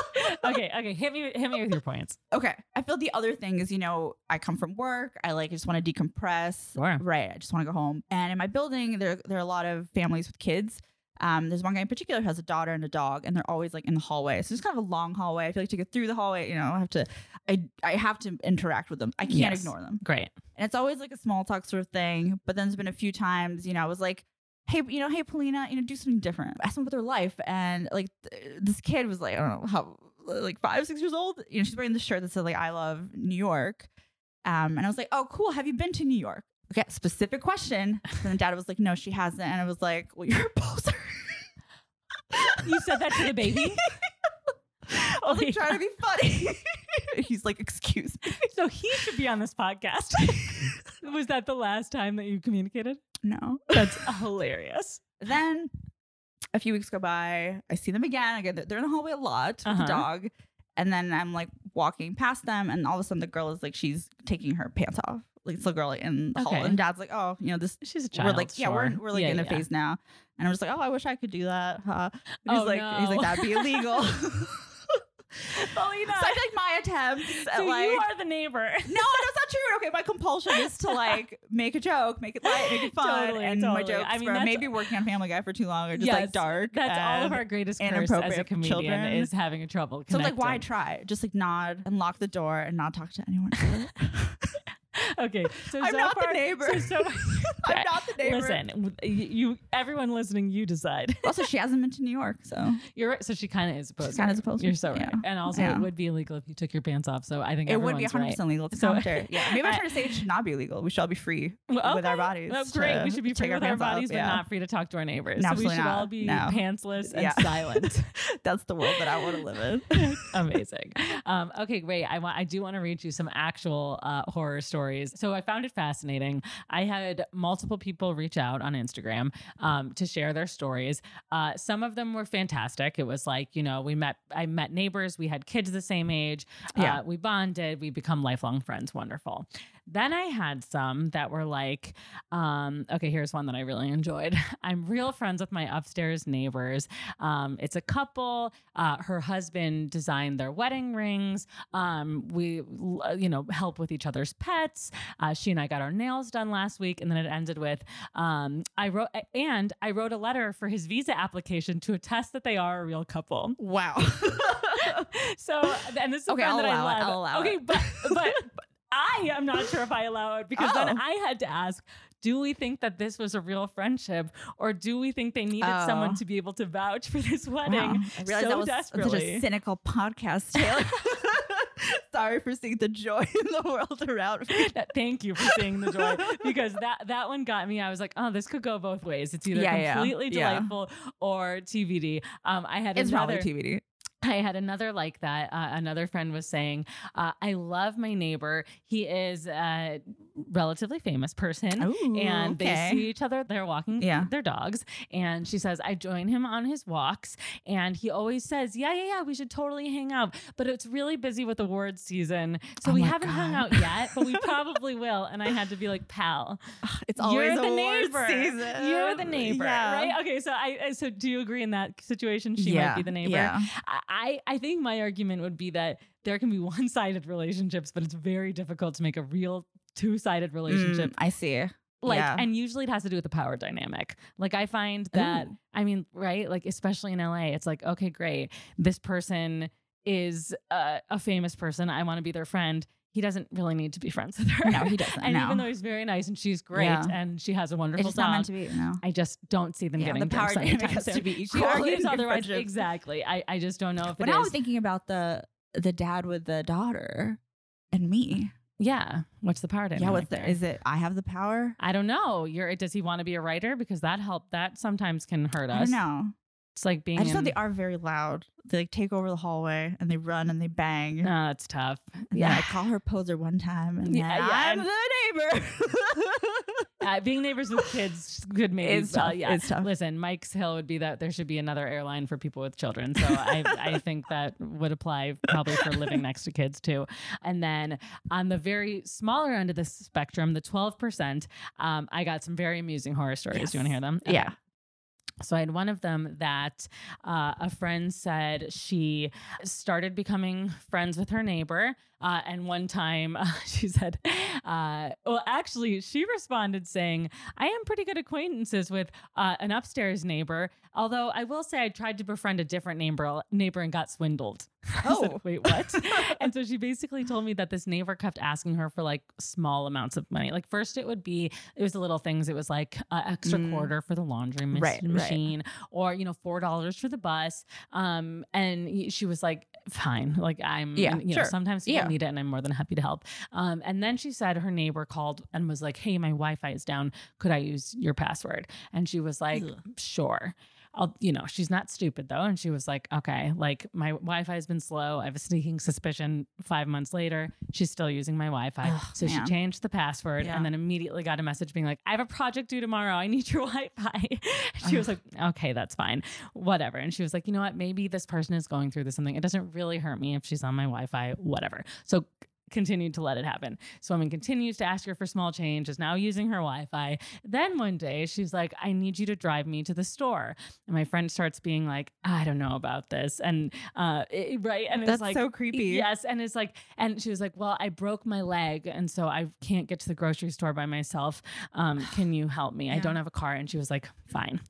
Speaker 1: okay, okay. Hit me, hit me with your points.
Speaker 7: okay, I feel the other thing is, you know, I come from work. I like just want to decompress.
Speaker 1: Sure.
Speaker 7: Right. I just want to go home. And in my building, there there are a lot of families with kids. Um, there's one guy in particular who has a daughter and a dog, and they're always like in the hallway. So it's kind of a long hallway. I feel like to get through the hallway, you know, I have to, I I have to interact with them. I can't
Speaker 1: Yes.
Speaker 7: ignore them.
Speaker 1: Great.
Speaker 7: And it's always like a small talk sort of thing. But then there's been a few times, you know, I was like, hey, you know, hey, Polina, you know, do something different. Ask them about their life. And like th- this kid was like, I don't know how, like five, six years old. You know, she's wearing this shirt that said like, I love New York. Um, and I was like, oh, cool. Have you been to New York? Okay, specific question. And the dad was like, no, she hasn't. And I was like, well, you're a poser.
Speaker 1: You said that to the baby.
Speaker 7: I was like trying to be funny. He's like, excuse me.
Speaker 1: So he should be on this podcast. Was that the last time that you communicated?
Speaker 7: No.
Speaker 1: That's hilarious.
Speaker 7: then a few weeks go by. I see them again. Again, they're- they're in the hallway a lot with
Speaker 1: Uh-huh.
Speaker 7: the dog. And then I'm like walking past them, and all of a sudden the girl is like she's taking her pants off. Like it's the girl like, in the
Speaker 1: Okay.
Speaker 7: hall, and dad's like, "Oh, you know this."
Speaker 1: She's a child.
Speaker 7: we're like, yeah, we're in-
Speaker 1: sure.
Speaker 7: we're like
Speaker 1: Yeah,
Speaker 7: in a
Speaker 1: yeah.
Speaker 7: phase now, and I'm just like, "Oh, I wish I could do that." Huh? And he's
Speaker 1: Oh,
Speaker 7: like, he's
Speaker 1: no.
Speaker 7: like, "That'd be illegal." so
Speaker 1: Paulina,
Speaker 7: I feel like my attempts at
Speaker 1: so
Speaker 7: like.
Speaker 1: you are the neighbor.
Speaker 7: no, that's not true. Okay, my compulsion is to like make a joke, make it light, make it fun,
Speaker 1: Totally,
Speaker 7: and my
Speaker 1: totally.
Speaker 7: jokes
Speaker 1: I mean,
Speaker 7: were
Speaker 1: that's-
Speaker 7: maybe working on Family Guy for too long, or just
Speaker 1: Yes,
Speaker 7: like dark.
Speaker 1: That's all of
Speaker 7: and-
Speaker 1: our greatest curse as a
Speaker 7: inappropriate
Speaker 1: comedian
Speaker 7: children.
Speaker 1: is having a trouble.
Speaker 7: So like, why
Speaker 1: connecting.
Speaker 7: try? Just like nod and lock the door and not talk to anyone.
Speaker 1: Okay, so
Speaker 7: I'm
Speaker 1: so
Speaker 7: not the
Speaker 1: far-
Speaker 7: neighbor.
Speaker 1: So, so
Speaker 7: I'm not the neighbor.
Speaker 1: listen, you, you, everyone listening, you decide.
Speaker 7: Also, she hasn't been to New York, so
Speaker 1: You're right. So she kind of is supposed.
Speaker 7: kinda supposed to,
Speaker 1: You're so right.
Speaker 7: yeah.
Speaker 1: And also,
Speaker 7: Yeah.
Speaker 1: it would be illegal if you took your pants off. So I think
Speaker 7: it would be
Speaker 1: everyone's
Speaker 7: 100
Speaker 1: right.
Speaker 7: percent legal. It's a
Speaker 1: So-
Speaker 7: commentary. Yeah, maybe I'm
Speaker 1: I-
Speaker 7: trying to say it should not be illegal. We should all be free
Speaker 1: Well,
Speaker 7: with our
Speaker 1: okay.
Speaker 7: bodies.
Speaker 1: Well, great.
Speaker 7: to
Speaker 1: We should be
Speaker 7: take
Speaker 1: free with our
Speaker 7: pants off.
Speaker 1: bodies, but
Speaker 7: Yeah.
Speaker 1: not free to talk to our neighbors.
Speaker 7: No,
Speaker 1: so we should
Speaker 7: absolutely
Speaker 1: all
Speaker 7: not.
Speaker 1: be
Speaker 7: No.
Speaker 1: pantsless and
Speaker 7: Yeah.
Speaker 1: silent.
Speaker 7: That's the world that I want to live in.
Speaker 1: Amazing. Um, okay, great. I want. I do want to read you some actual uh, horror stories. So I found it fascinating. I had multiple people reach out on Instagram um, to share their stories. Uh, some of them were fantastic. It was like you know we met. I met neighbors. We had kids the same age.
Speaker 7: Yeah.
Speaker 1: Uh, we bonded. We become lifelong friends. Wonderful. Then I had some that were like, um, okay, here's one that I really enjoyed. I'm real friends with my upstairs neighbors. Um, it's a couple. Uh, her husband designed their wedding rings. Um, we, l- you know, help with each other's pets. Uh, she and I got our nails done last week, and then it ended with, um, I wrote and I wrote a letter for his visa application to attest that they are a real couple.
Speaker 7: wow.
Speaker 1: So, and this is a
Speaker 7: Okay,
Speaker 1: friend
Speaker 7: I'll
Speaker 1: that
Speaker 7: allow
Speaker 1: I
Speaker 7: it.
Speaker 1: love.
Speaker 7: I'll allow
Speaker 1: okay,
Speaker 7: it.
Speaker 1: but but but I am not sure if I allow it because then
Speaker 7: Oh.
Speaker 1: I had to ask. Do we think that this was a real friendship, or do we think they needed
Speaker 7: Oh.
Speaker 1: someone to be able to vouch for this wedding?
Speaker 7: Wow. I realized
Speaker 1: so
Speaker 7: that was
Speaker 1: desperately.
Speaker 7: such a cynical podcast, Taylor. Sorry for seeing the joy in the world around me.
Speaker 1: that- thank you for seeing the joy because that that one got me. I was like, oh, this could go both ways. It's either
Speaker 7: Yeah, yeah,
Speaker 1: completely
Speaker 7: yeah.
Speaker 1: delightful or TBD. Um, I had
Speaker 7: It's
Speaker 1: another.
Speaker 7: probably TBD.
Speaker 1: I had another like that. Uh, another friend was saying, uh, I love my neighbor. He is a relatively famous person.
Speaker 7: Ooh,
Speaker 1: and they
Speaker 7: okay.
Speaker 1: see each other. They're walking
Speaker 7: Yeah.
Speaker 1: their dogs. And she says, I join him on his walks. And he always says, Yeah, yeah, yeah, we should totally hang out. But it's really busy with awards season. So
Speaker 7: Oh
Speaker 1: we
Speaker 7: my
Speaker 1: haven't hung out
Speaker 7: God.
Speaker 1: yet, but we probably will. And I had to be like, Pal,
Speaker 7: It's
Speaker 1: you're
Speaker 7: always
Speaker 1: the
Speaker 7: award
Speaker 1: neighbor.
Speaker 7: season.
Speaker 1: You're the neighbor,
Speaker 7: Yeah.
Speaker 1: right? Okay, so I I- so do you agree in that situation? She might
Speaker 7: Yeah,
Speaker 1: be the neighbor.
Speaker 7: Yeah. Mm.
Speaker 1: I- I, I think my argument would be that there can be one sided relationships, but it's very difficult to make a real two sided relationship.
Speaker 7: Mm, I see.
Speaker 1: like,
Speaker 7: yeah.
Speaker 1: and usually it has to do with the power dynamic. Like, I find that,
Speaker 7: Ooh.
Speaker 1: I mean, right? Like, especially in LA, it's like, okay, great. This person is a, a famous person. I want to be their friend. He doesn't really need to be friends with her.
Speaker 7: No, he doesn't.
Speaker 1: and
Speaker 7: no.
Speaker 1: even though he's very nice and she's great
Speaker 7: Yeah.
Speaker 1: and she has a
Speaker 7: it's
Speaker 1: wonderful
Speaker 7: just not
Speaker 1: dog,
Speaker 7: meant to be. No.
Speaker 1: I just don't see them
Speaker 6: Yeah,
Speaker 1: getting
Speaker 6: the
Speaker 1: divorced
Speaker 6: power dynamic
Speaker 1: anytime
Speaker 6: has to
Speaker 1: soon.
Speaker 6: be
Speaker 1: She
Speaker 7: equal
Speaker 1: argues
Speaker 7: in your
Speaker 1: otherwise.
Speaker 7: friendships.
Speaker 1: Exactly. I, I just don't know if
Speaker 7: But
Speaker 1: it
Speaker 7: now
Speaker 1: is.
Speaker 7: I'm thinking about the the dad with the daughter and me.
Speaker 1: Yeah. What's the power dynamic?
Speaker 7: yeah, what's
Speaker 1: there?
Speaker 7: the, is it? I have the power.
Speaker 1: I don't know. You're does he want to be a writer? Because that help that sometimes can hurt us.
Speaker 7: I don't know.
Speaker 1: It's like being
Speaker 7: I just know
Speaker 1: in-
Speaker 7: they are very loud. They like take over the hallway and they run and they bang.
Speaker 1: No, that's tough.
Speaker 7: And then I call her poser one time, and
Speaker 1: Uh, Yeah,
Speaker 7: then
Speaker 1: yeah,
Speaker 7: I'm
Speaker 1: and-
Speaker 7: the neighbor.
Speaker 1: Uh, being neighbors with kids could maybe
Speaker 7: It's
Speaker 1: tell-
Speaker 7: tough.
Speaker 1: Yeah.
Speaker 7: It's tough.
Speaker 1: Listen, Mike's hill would be that there should be another airline for people with children. So I, I think that would apply probably for living next to kids too. And then on the very smaller end of the spectrum, the 12%, um, I got some very amusing horror stories. Do you want to hear them? Okay.
Speaker 7: Yeah.
Speaker 1: So I had one of them that uh, a friend said she started becoming friends with her neighbor. Uh, and one time uh, she said, uh, well, actually, she responded saying, I am pretty good acquaintances with uh, an upstairs neighbor. Although I will say I tried to befriend a different neighbor, neighbor and got swindled. I said,
Speaker 7: Oh.
Speaker 1: wait, what? and so she basically told me that this neighbor kept asking her for like small amounts of money. Like first it would be, it was the little things. It was like an extra
Speaker 7: Mm.
Speaker 1: quarter for the laundry mis-
Speaker 7: Right, right.
Speaker 1: machine or, you know, $4 for the bus. Um, and y- she was like, fine. Like I'm,
Speaker 7: Yeah,
Speaker 1: and, you
Speaker 7: sure.
Speaker 1: know, sometimes people
Speaker 7: Yeah.
Speaker 1: need it and I'm more than happy to help. Um, and then she said her neighbor called and was like, hey, my Wi-Fi is down. Could I use your password? And she was like, sure. I'll, you know, she's not stupid though. And she was like, okay, like my Wi Fi has been slow. I have a sneaking suspicion. Five months later, she's still using my Wi Fi.
Speaker 7: Ugh,
Speaker 1: so
Speaker 7: man.
Speaker 1: she changed the password
Speaker 7: Yeah.
Speaker 1: and then immediately got a message being like, I have a project due tomorrow. I need your Wi Fi. she was like, okay, that's fine. Whatever. And she was like, you know what? Maybe this person is going through this something. It doesn't really hurt me if she's on my Wi Fi, whatever. So, c- Continued to let it happen. This woman continues to ask her for small change, is now using her Wi Fi. Then one day she's like, I need you to drive me to the store. And my friend starts being like, I don't know about this. And uh it- right. And
Speaker 7: That's
Speaker 1: it's like
Speaker 7: so creepy.
Speaker 1: Yes. And it's like, and she was like, Well, I broke my leg and so I can't get to the grocery store by myself. Um, can you help me? I don't have a car. And she was like, Fine.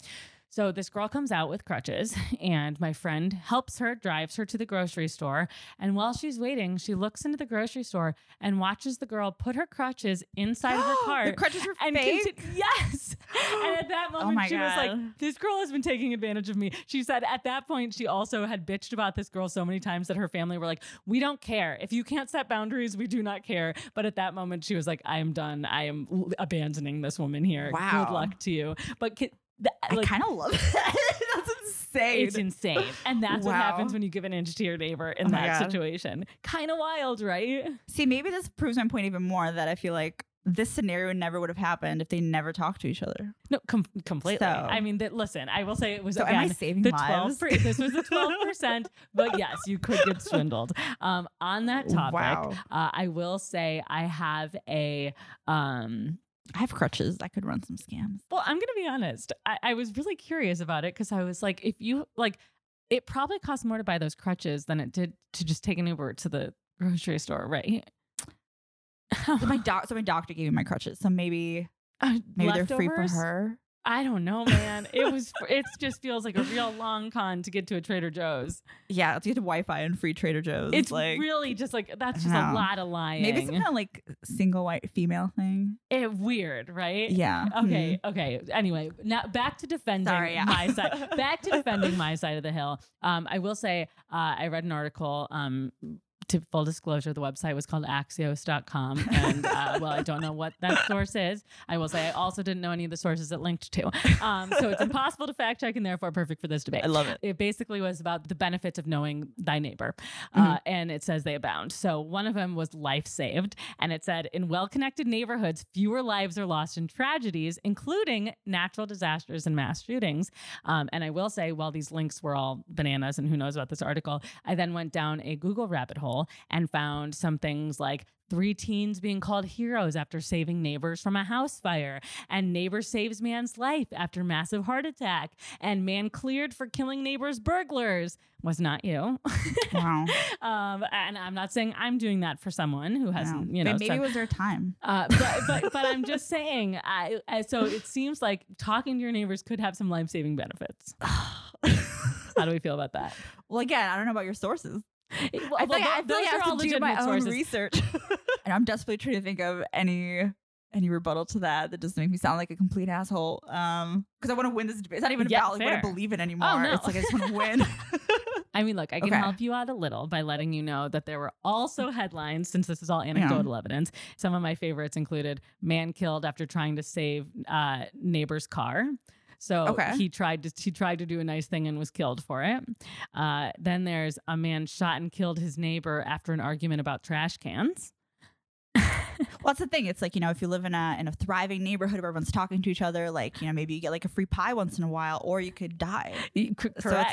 Speaker 1: So this girl comes out with crutches, and my friend helps her, drives her to the grocery store. And while she's waiting, she looks into the grocery store and watches the girl put her crutches inside her cart
Speaker 7: the crutches were
Speaker 1: and
Speaker 7: fake. Oh
Speaker 1: conti- yes. and at that moment,
Speaker 7: my
Speaker 1: she was
Speaker 7: God.
Speaker 1: like, "This girl has been taking advantage of me." She said at that point she also had bitched about this girl so many times that her family were like, "We don't care if you can't set boundaries. We do not care." But at that moment, she was like, "I am done. I am l- abandoning this woman here.
Speaker 7: Wow.
Speaker 1: Good luck to you." But can, th- like,
Speaker 7: I kind of love that. That's insane.
Speaker 1: it's insane, and that's what
Speaker 7: Wow.
Speaker 1: happens when you give an inch to your neighbor in
Speaker 7: Oh my
Speaker 1: that
Speaker 7: God.
Speaker 1: situation. Kind of wild, right?
Speaker 7: See, maybe this proves my point even more that I feel like this scenario never would have happened if they never talked to each other.
Speaker 1: No, com- completely.
Speaker 7: So-
Speaker 1: I mean, that listen, I will say it was
Speaker 7: So am
Speaker 1: again,
Speaker 7: I saving
Speaker 1: the
Speaker 7: lives?
Speaker 1: 12%. this was the twelve percent, but yes, you could get swindled. Um, on that topic,
Speaker 7: Wow.
Speaker 1: uh, I will say I have a. Um,
Speaker 7: I have crutches. I could run some scams.
Speaker 1: well, I'm gonna be honest. I, I was really curious about it because I was like, if you like, it probably cost more to buy those crutches than it did to just take an Uber to the grocery store, right?
Speaker 7: So my doc, so my doctor gave me my crutches. So maybe
Speaker 1: Uh,
Speaker 7: maybe they're free for
Speaker 1: leftovers?
Speaker 7: her.
Speaker 1: I don't know, man. It was. it just feels like a real long con to get to a Trader Joe's.
Speaker 7: Yeah, let's get to Wi-Fi and free Trader Joe's.
Speaker 1: It's
Speaker 7: like
Speaker 1: really just like that's
Speaker 7: I
Speaker 1: just a
Speaker 7: know.
Speaker 1: lot of lying.
Speaker 7: maybe some kind of like single white female thing.
Speaker 1: it, weird, right?
Speaker 7: Yeah.
Speaker 1: Eh, Okay. Okay. Anyway, now back to defending
Speaker 7: Sorry, yeah.
Speaker 1: my side. Back to defending my side of the hill. Um, I will say, uh, I read an article. Um, to full disclosure, the website was called axios.com. And uh, well, I don't know what that source is. I will say I also didn't know any of the sources it linked to. Um, so it's impossible to fact check and therefore perfect for this debate.
Speaker 7: I love it.
Speaker 1: It basically was about the benefits of knowing thy neighbor. Uh, and it says they abound. So one of them was life saved. And it said in well connected neighborhoods, fewer lives are lost in tragedies, including natural disasters and mass shootings. Um, and I will say, while these links were all bananas and who knows about this article, I then went down a Google rabbit hole and found some things like three teens being called heroes after saving neighbors from a house fire, and neighbor saves man's life after massive heart attack, and man cleared for killing neighbor's burglars. Was not you.
Speaker 7: Mm-hmm. Wow.
Speaker 1: um, and I'm not saying I'm doing that for someone who hasn't, you know,
Speaker 7: maybe
Speaker 1: some-
Speaker 7: it was their time.
Speaker 1: uh, but, but but I'm just saying. I, I, so it seems like talking to your neighbors could have some life saving benefits. How do we feel about that?
Speaker 7: Well, again, I don't know about your sources.
Speaker 1: Well,
Speaker 7: I feel
Speaker 1: well,
Speaker 7: like, I,
Speaker 1: tho-
Speaker 7: feel like I
Speaker 1: those are all
Speaker 7: have to do my
Speaker 1: legitimate sources.
Speaker 7: own research, and I'm desperately trying to think of any any rebuttal to that that doesn't make me sound like a complete asshole. Um, because I want to win this debate. It's not even
Speaker 1: Yeah,
Speaker 7: about like what I
Speaker 1: fair. Oh,
Speaker 7: believe in anymore.
Speaker 1: no.
Speaker 7: It's like I just want to win.
Speaker 1: I mean, look, I can
Speaker 7: Okay.
Speaker 1: help you out a little by letting you know that there were also headlines, since this is all anecdotal evidence. Some of my favorites included man killed after trying to save uh, neighbor's car. So
Speaker 7: Okay.
Speaker 1: he tried to he tried to do a nice thing and was killed for it. Uh, then there's a man shot and killed his neighbor after an argument about trash cans.
Speaker 7: Well, that's the thing. It's like you know, if you live in a in a thriving neighborhood where everyone's talking to each other, like you know, maybe you get like a free pie once in a while, or you could die. So it's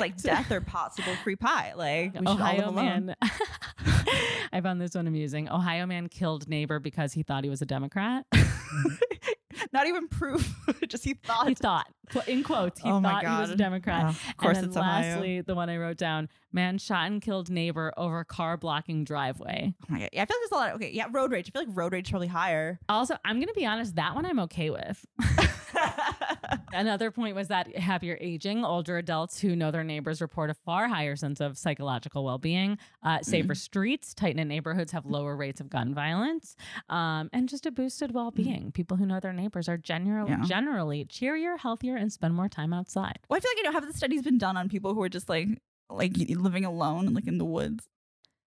Speaker 7: like death or possible free pie. Like we should
Speaker 1: Ohio
Speaker 7: all live alone.
Speaker 1: man. I found this one amusing. Ohio man killed neighbor because he thought he was a Democrat.
Speaker 7: Not even proof. Just he thought.
Speaker 1: he thought qu- in quotes he
Speaker 7: Oh my
Speaker 1: thought he was a
Speaker 7: God.
Speaker 1: democrat
Speaker 7: Yeah, of course,
Speaker 1: and then
Speaker 7: it's Ohio.
Speaker 1: lastly the one i wrote down man shot and killed neighbor over car blocking driveway
Speaker 7: Oh my god. Yeah, I feel like there's a lot. Of, okay, yeah, road rage. I feel like road rage is probably higher.
Speaker 1: also i'm gonna be honest that one i'm okay with another point was that happier aging older adults who know their neighbors report a far higher sense of psychological well-being uh, safer
Speaker 7: Mm-hmm.
Speaker 1: streets tight-knit neighborhoods have lower rates of gun violence um, and just a boosted well-being people who know their neighbors are generally
Speaker 7: Mm-hmm. Yeah.
Speaker 1: generally cheerier healthier and spend more time outside
Speaker 7: Well, I feel like you know, have the studies been done on people who are just like like y- living alone, like in the woods?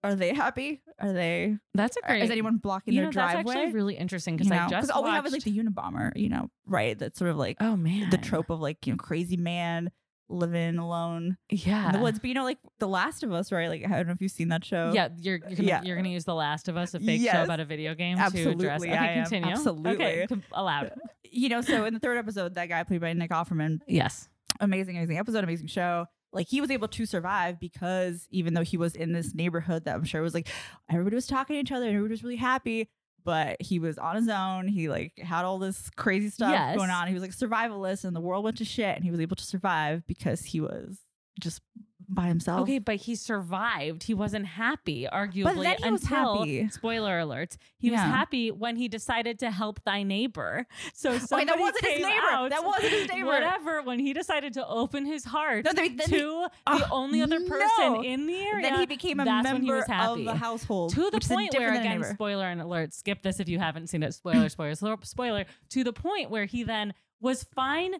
Speaker 7: Are they happy? Are they?
Speaker 1: that's a
Speaker 7: are-
Speaker 1: great
Speaker 7: Is anyone blocking
Speaker 1: you
Speaker 7: their
Speaker 1: know,
Speaker 7: driveway?
Speaker 1: That's actually really interesting
Speaker 7: you
Speaker 1: because
Speaker 7: know,
Speaker 1: I just
Speaker 7: all we have is like
Speaker 1: watched-
Speaker 7: the Unabomber, you know, right? That's sort of like
Speaker 1: oh man
Speaker 7: the trope of like you know crazy man living alone
Speaker 1: yeah
Speaker 7: in the woods. But you know, like The Last of Us, right? Like I don't know if you've seen that show.
Speaker 1: yeah you're you're gonna,
Speaker 7: Yeah.
Speaker 1: you're gonna use the Last of Us a fake show
Speaker 7: Yes.
Speaker 1: about a video game to address
Speaker 7: Absolutely,
Speaker 1: okay
Speaker 7: I am.
Speaker 1: continue okay
Speaker 7: Absolutely.
Speaker 1: com- allowed
Speaker 7: You know, so in the third episode, that guy played by Nick Offerman,
Speaker 1: yes
Speaker 7: amazing, amazing episode, amazing show. Like he was able to survive because even though he was in this neighborhood that I'm sure was like everybody was talking to each other and everybody was really happy, but he was on his own. He like had all this crazy stuff
Speaker 1: Yes.
Speaker 7: going on. He was like survivalist and the world went to shit and he was able to survive because he was just by himself.
Speaker 1: okay but he survived he wasn't happy arguably
Speaker 7: then he
Speaker 1: until
Speaker 7: was happy.
Speaker 1: spoiler alert he was
Speaker 7: Yeah.
Speaker 1: happy when he decided to help thy neighbor so
Speaker 7: Okay,
Speaker 1: somebody
Speaker 7: that wasn't his
Speaker 1: came
Speaker 7: neighbor.
Speaker 1: out,
Speaker 7: That wasn't his neighbor.
Speaker 1: whatever when he decided to open his heart
Speaker 7: No, then, then
Speaker 1: to
Speaker 7: he,
Speaker 1: the
Speaker 7: Ugh,
Speaker 1: only other person
Speaker 7: no.
Speaker 1: in the area
Speaker 7: then he became a
Speaker 1: that's when he
Speaker 7: member
Speaker 1: was happy.
Speaker 7: of the household.
Speaker 1: to the
Speaker 7: which is a
Speaker 1: point where
Speaker 7: different than
Speaker 1: again
Speaker 7: neighbor.
Speaker 1: spoiler and alert skip this if you haven't seen it spoiler spoiler slor- spoiler to the point where he then was fine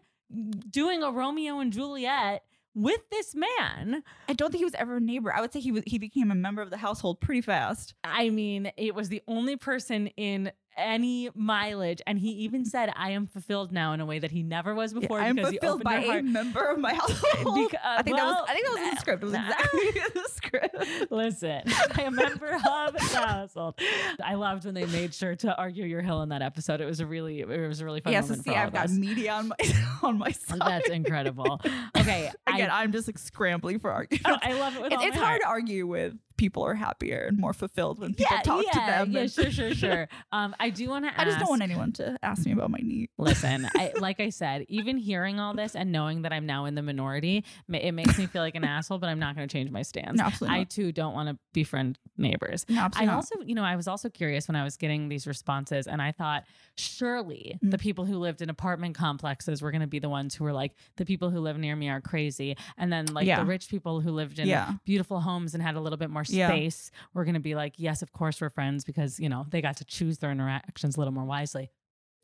Speaker 1: doing a romeo and juliet with this man
Speaker 7: I don't think he was ever a neighbor. I would say he was he became a member of the household pretty fast.
Speaker 1: i mean it was the only person in any mileage and he even said i am fulfilled now in a way that he never was before
Speaker 7: I'm
Speaker 1: because he
Speaker 7: fulfilled
Speaker 1: opened her
Speaker 7: by a
Speaker 1: heart
Speaker 7: member of my household.
Speaker 1: Bec- uh,
Speaker 7: I think that
Speaker 1: well,
Speaker 7: was I think that was in the script. It was
Speaker 1: nah.
Speaker 7: exactly in the script.
Speaker 1: Listen, I am a member of the household. I loved when they made sure to argue your hill in that episode. It was a really, it was a really fun.
Speaker 7: yeah, so
Speaker 1: moment
Speaker 7: see,
Speaker 1: for all
Speaker 7: I've
Speaker 1: of
Speaker 7: got
Speaker 1: us.
Speaker 7: media on my on my side.
Speaker 1: That's incredible. Okay,
Speaker 7: Again,
Speaker 1: I,
Speaker 7: I, am just like scrambling for arguments.
Speaker 1: oh, I love it. With
Speaker 7: It-
Speaker 1: all
Speaker 7: it's
Speaker 1: my heart.
Speaker 7: hard to argue with people are happier and more fulfilled when people
Speaker 1: yeah,
Speaker 7: talk
Speaker 1: yeah,
Speaker 7: to them.
Speaker 1: Yeah,
Speaker 7: and-
Speaker 1: sure, sure, sure. Um, I do want to.
Speaker 7: I just don't want anyone to ask me about my knee.
Speaker 1: Listen, I, like I said, even hearing all this and knowing that I'm now in the minority, ma- it makes me feel like an asshole. But I'm not going to change my stance.
Speaker 7: No, absolutely
Speaker 1: I
Speaker 7: not.
Speaker 1: too don't want to befriend neighbors.
Speaker 7: No, absolutely
Speaker 1: I
Speaker 7: not.
Speaker 1: also, you know, I was also curious when I was getting these responses, and I thought, surely
Speaker 7: Mm.
Speaker 1: the people who lived in apartment complexes were going to be the ones who were like, the people who live near me are crazy, and then like
Speaker 7: Yeah.
Speaker 1: the rich people who lived in
Speaker 7: Yeah.
Speaker 1: beautiful homes and had a little bit more
Speaker 7: Yeah.
Speaker 1: space were going to be like, yes, of course we're friends because you know they got to choose their interactions a little more wisely.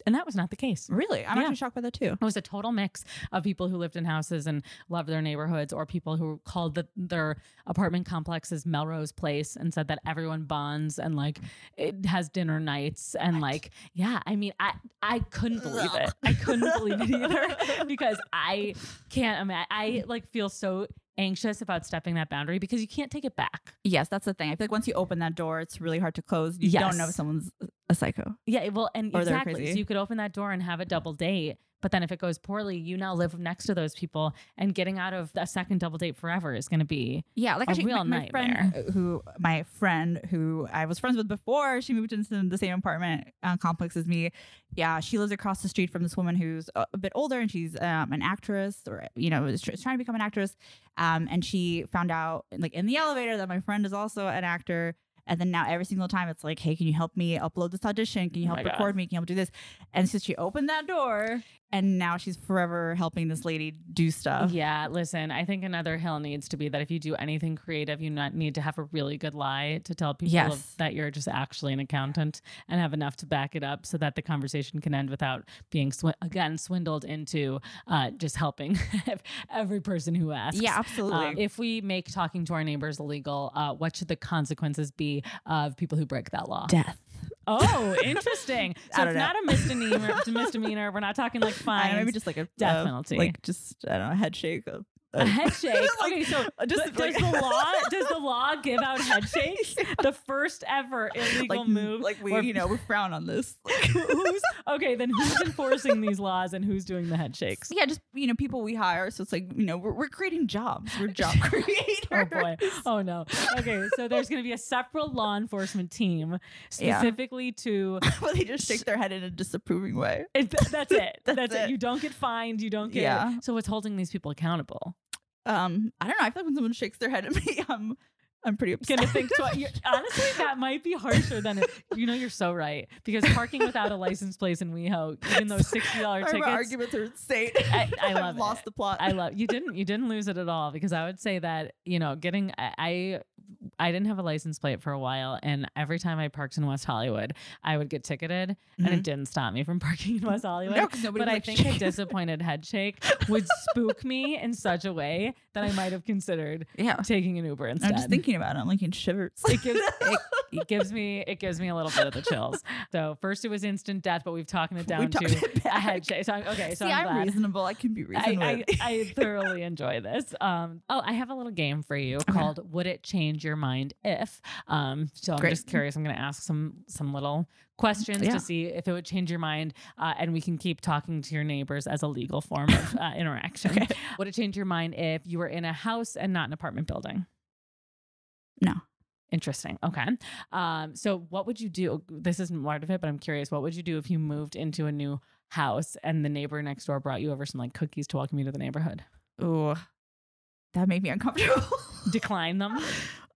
Speaker 1: And that was not the case.
Speaker 7: Really? I'm
Speaker 1: Yeah.
Speaker 7: actually shocked by that too.
Speaker 1: It was a total mix of people who lived in houses and loved their neighborhoods, or people who called the, their apartment complexes Melrose Place and said that everyone bonds and like it has dinner nights and like yeah. I mean, I I couldn't believe it. I couldn't believe it either because I can't imagine. I like feel so anxious about stepping that boundary because you can't take it back.
Speaker 7: Yes, that's the thing. I feel like once you open that door, it's really hard to close. You don't know
Speaker 1: Yes.
Speaker 7: if someone's a psycho.
Speaker 1: Yeah, well, and
Speaker 7: Or they're
Speaker 1: exactly. So
Speaker 7: crazy.
Speaker 1: you could open that door and have a double date, but then if it goes poorly, you now live next to those people, and getting out of that second double date forever is going to be
Speaker 7: Yeah, like
Speaker 1: A
Speaker 7: actually,
Speaker 1: real
Speaker 7: my, my friend uh, who my friend who I was friends with before she moved into the same apartment uh, complex as me. Yeah, she lives across the street from this woman who's a a bit older and she's um, an actress or you know is tr- trying to become an actress. Um, and she found out like in the elevator that my friend is also an actor. And then now every single time it's like, hey, can you help me upload this audition? Can you
Speaker 1: Oh
Speaker 7: help
Speaker 1: my God.
Speaker 7: record me? Can you help do this? And so she opened that door, and now she's forever helping this lady do stuff.
Speaker 1: Yeah, listen, I think another hill needs to be that if you do anything creative, you not need to have a really good lie to tell people
Speaker 7: Yes.
Speaker 1: of- that you're just actually an accountant and have enough to back it up so that the conversation can end without being, sw- again, swindled into uh, just helping every person who asks.
Speaker 7: Yeah, absolutely.
Speaker 1: Um, if we make talking to our neighbors illegal, uh, what should the consequences be of people who break that law?
Speaker 7: Death.
Speaker 1: Oh, interesting. so
Speaker 7: I
Speaker 1: it's
Speaker 7: don't know.
Speaker 1: not a misdemeanor. it's a misdemeanor. We're not talking like
Speaker 7: I
Speaker 1: fines.
Speaker 7: don't know, maybe just like a
Speaker 1: death
Speaker 7: uh,
Speaker 1: penalty.
Speaker 7: like just I don't know, head shake. uh,
Speaker 1: a head shake.
Speaker 7: Like,
Speaker 1: okay, so
Speaker 7: uh, just
Speaker 1: but
Speaker 7: like-
Speaker 1: does the law does the law give out head shakes? The first ever illegal
Speaker 7: like
Speaker 1: move.
Speaker 7: Like we,
Speaker 1: or-
Speaker 7: you know, we frown on this.
Speaker 1: who's okay? Then who's enforcing these laws and who's doing the head shakes?
Speaker 7: yeah, just you know, people we hire. So it's like you know, we're, we're creating jobs. We're job creators.
Speaker 1: Oh boy. Oh no. Okay, so there's going to be a separate law enforcement team
Speaker 7: Yeah.
Speaker 1: specifically to
Speaker 7: but they just shake their head in a disapproving way.
Speaker 1: It, th- that's it. that's
Speaker 7: That's
Speaker 1: it.
Speaker 7: it.
Speaker 1: You don't get fined. You don't get.
Speaker 7: Yeah.
Speaker 1: So what's holding these people accountable?
Speaker 7: Um, I don't know. I feel like when someone shakes their head at me, I'm I'm pretty upset.
Speaker 1: Gonna think twice. You're- Honestly, that might be harsher than it. You know, you're so right because parking without a license plate in WeHo, even those sixty
Speaker 7: Our
Speaker 1: dollars tickets.
Speaker 7: arguments are insane.
Speaker 1: I- I love
Speaker 7: have lost
Speaker 1: it.
Speaker 7: the plot.
Speaker 1: I love you didn't you didn't lose it at all because I would say that you know getting I- I I didn't have a license plate for a while and every time I parked in West Hollywood I would get ticketed and it didn't stop me from parking in West Hollywood
Speaker 7: Mm-hmm. No, 'cause nobody
Speaker 1: but I
Speaker 7: likes
Speaker 1: think a
Speaker 7: shaking.
Speaker 1: disappointed head shake would spook me in such a way that I might have considered
Speaker 7: yeah.
Speaker 1: taking an Uber instead
Speaker 7: I'm just thinking about it. I'm like in shivers.
Speaker 1: it gives it, it gives me it gives me a little bit of the chills. So first it was instant death, but we've talked it down
Speaker 7: talked
Speaker 1: to
Speaker 7: it
Speaker 1: a
Speaker 7: back.
Speaker 1: head shake. So I'm, okay, so
Speaker 7: See,
Speaker 1: I'm
Speaker 7: I'm,
Speaker 1: glad.
Speaker 7: reasonable. I can be reasonable.
Speaker 1: I, I, I thoroughly enjoy this. Um, oh, I have a little game for you called "Would It Change Your Mind If?" Um, so I'm
Speaker 7: Great.
Speaker 1: just curious. I'm going to ask some some little questions
Speaker 7: Yeah.
Speaker 1: to see if it would change your mind, uh, and we can keep talking to your neighbors as a legal form of uh, interaction. Would it change your mind if you were in a house and not an apartment building?
Speaker 7: No.
Speaker 1: Interesting. Okay. Um, so, what would you do? This isn't part of it, but I'm curious. What would you do if you moved into a new house and the neighbor next door brought you over some like cookies to welcome you to the neighborhood.
Speaker 7: Ooh, that made me uncomfortable.
Speaker 1: Decline them.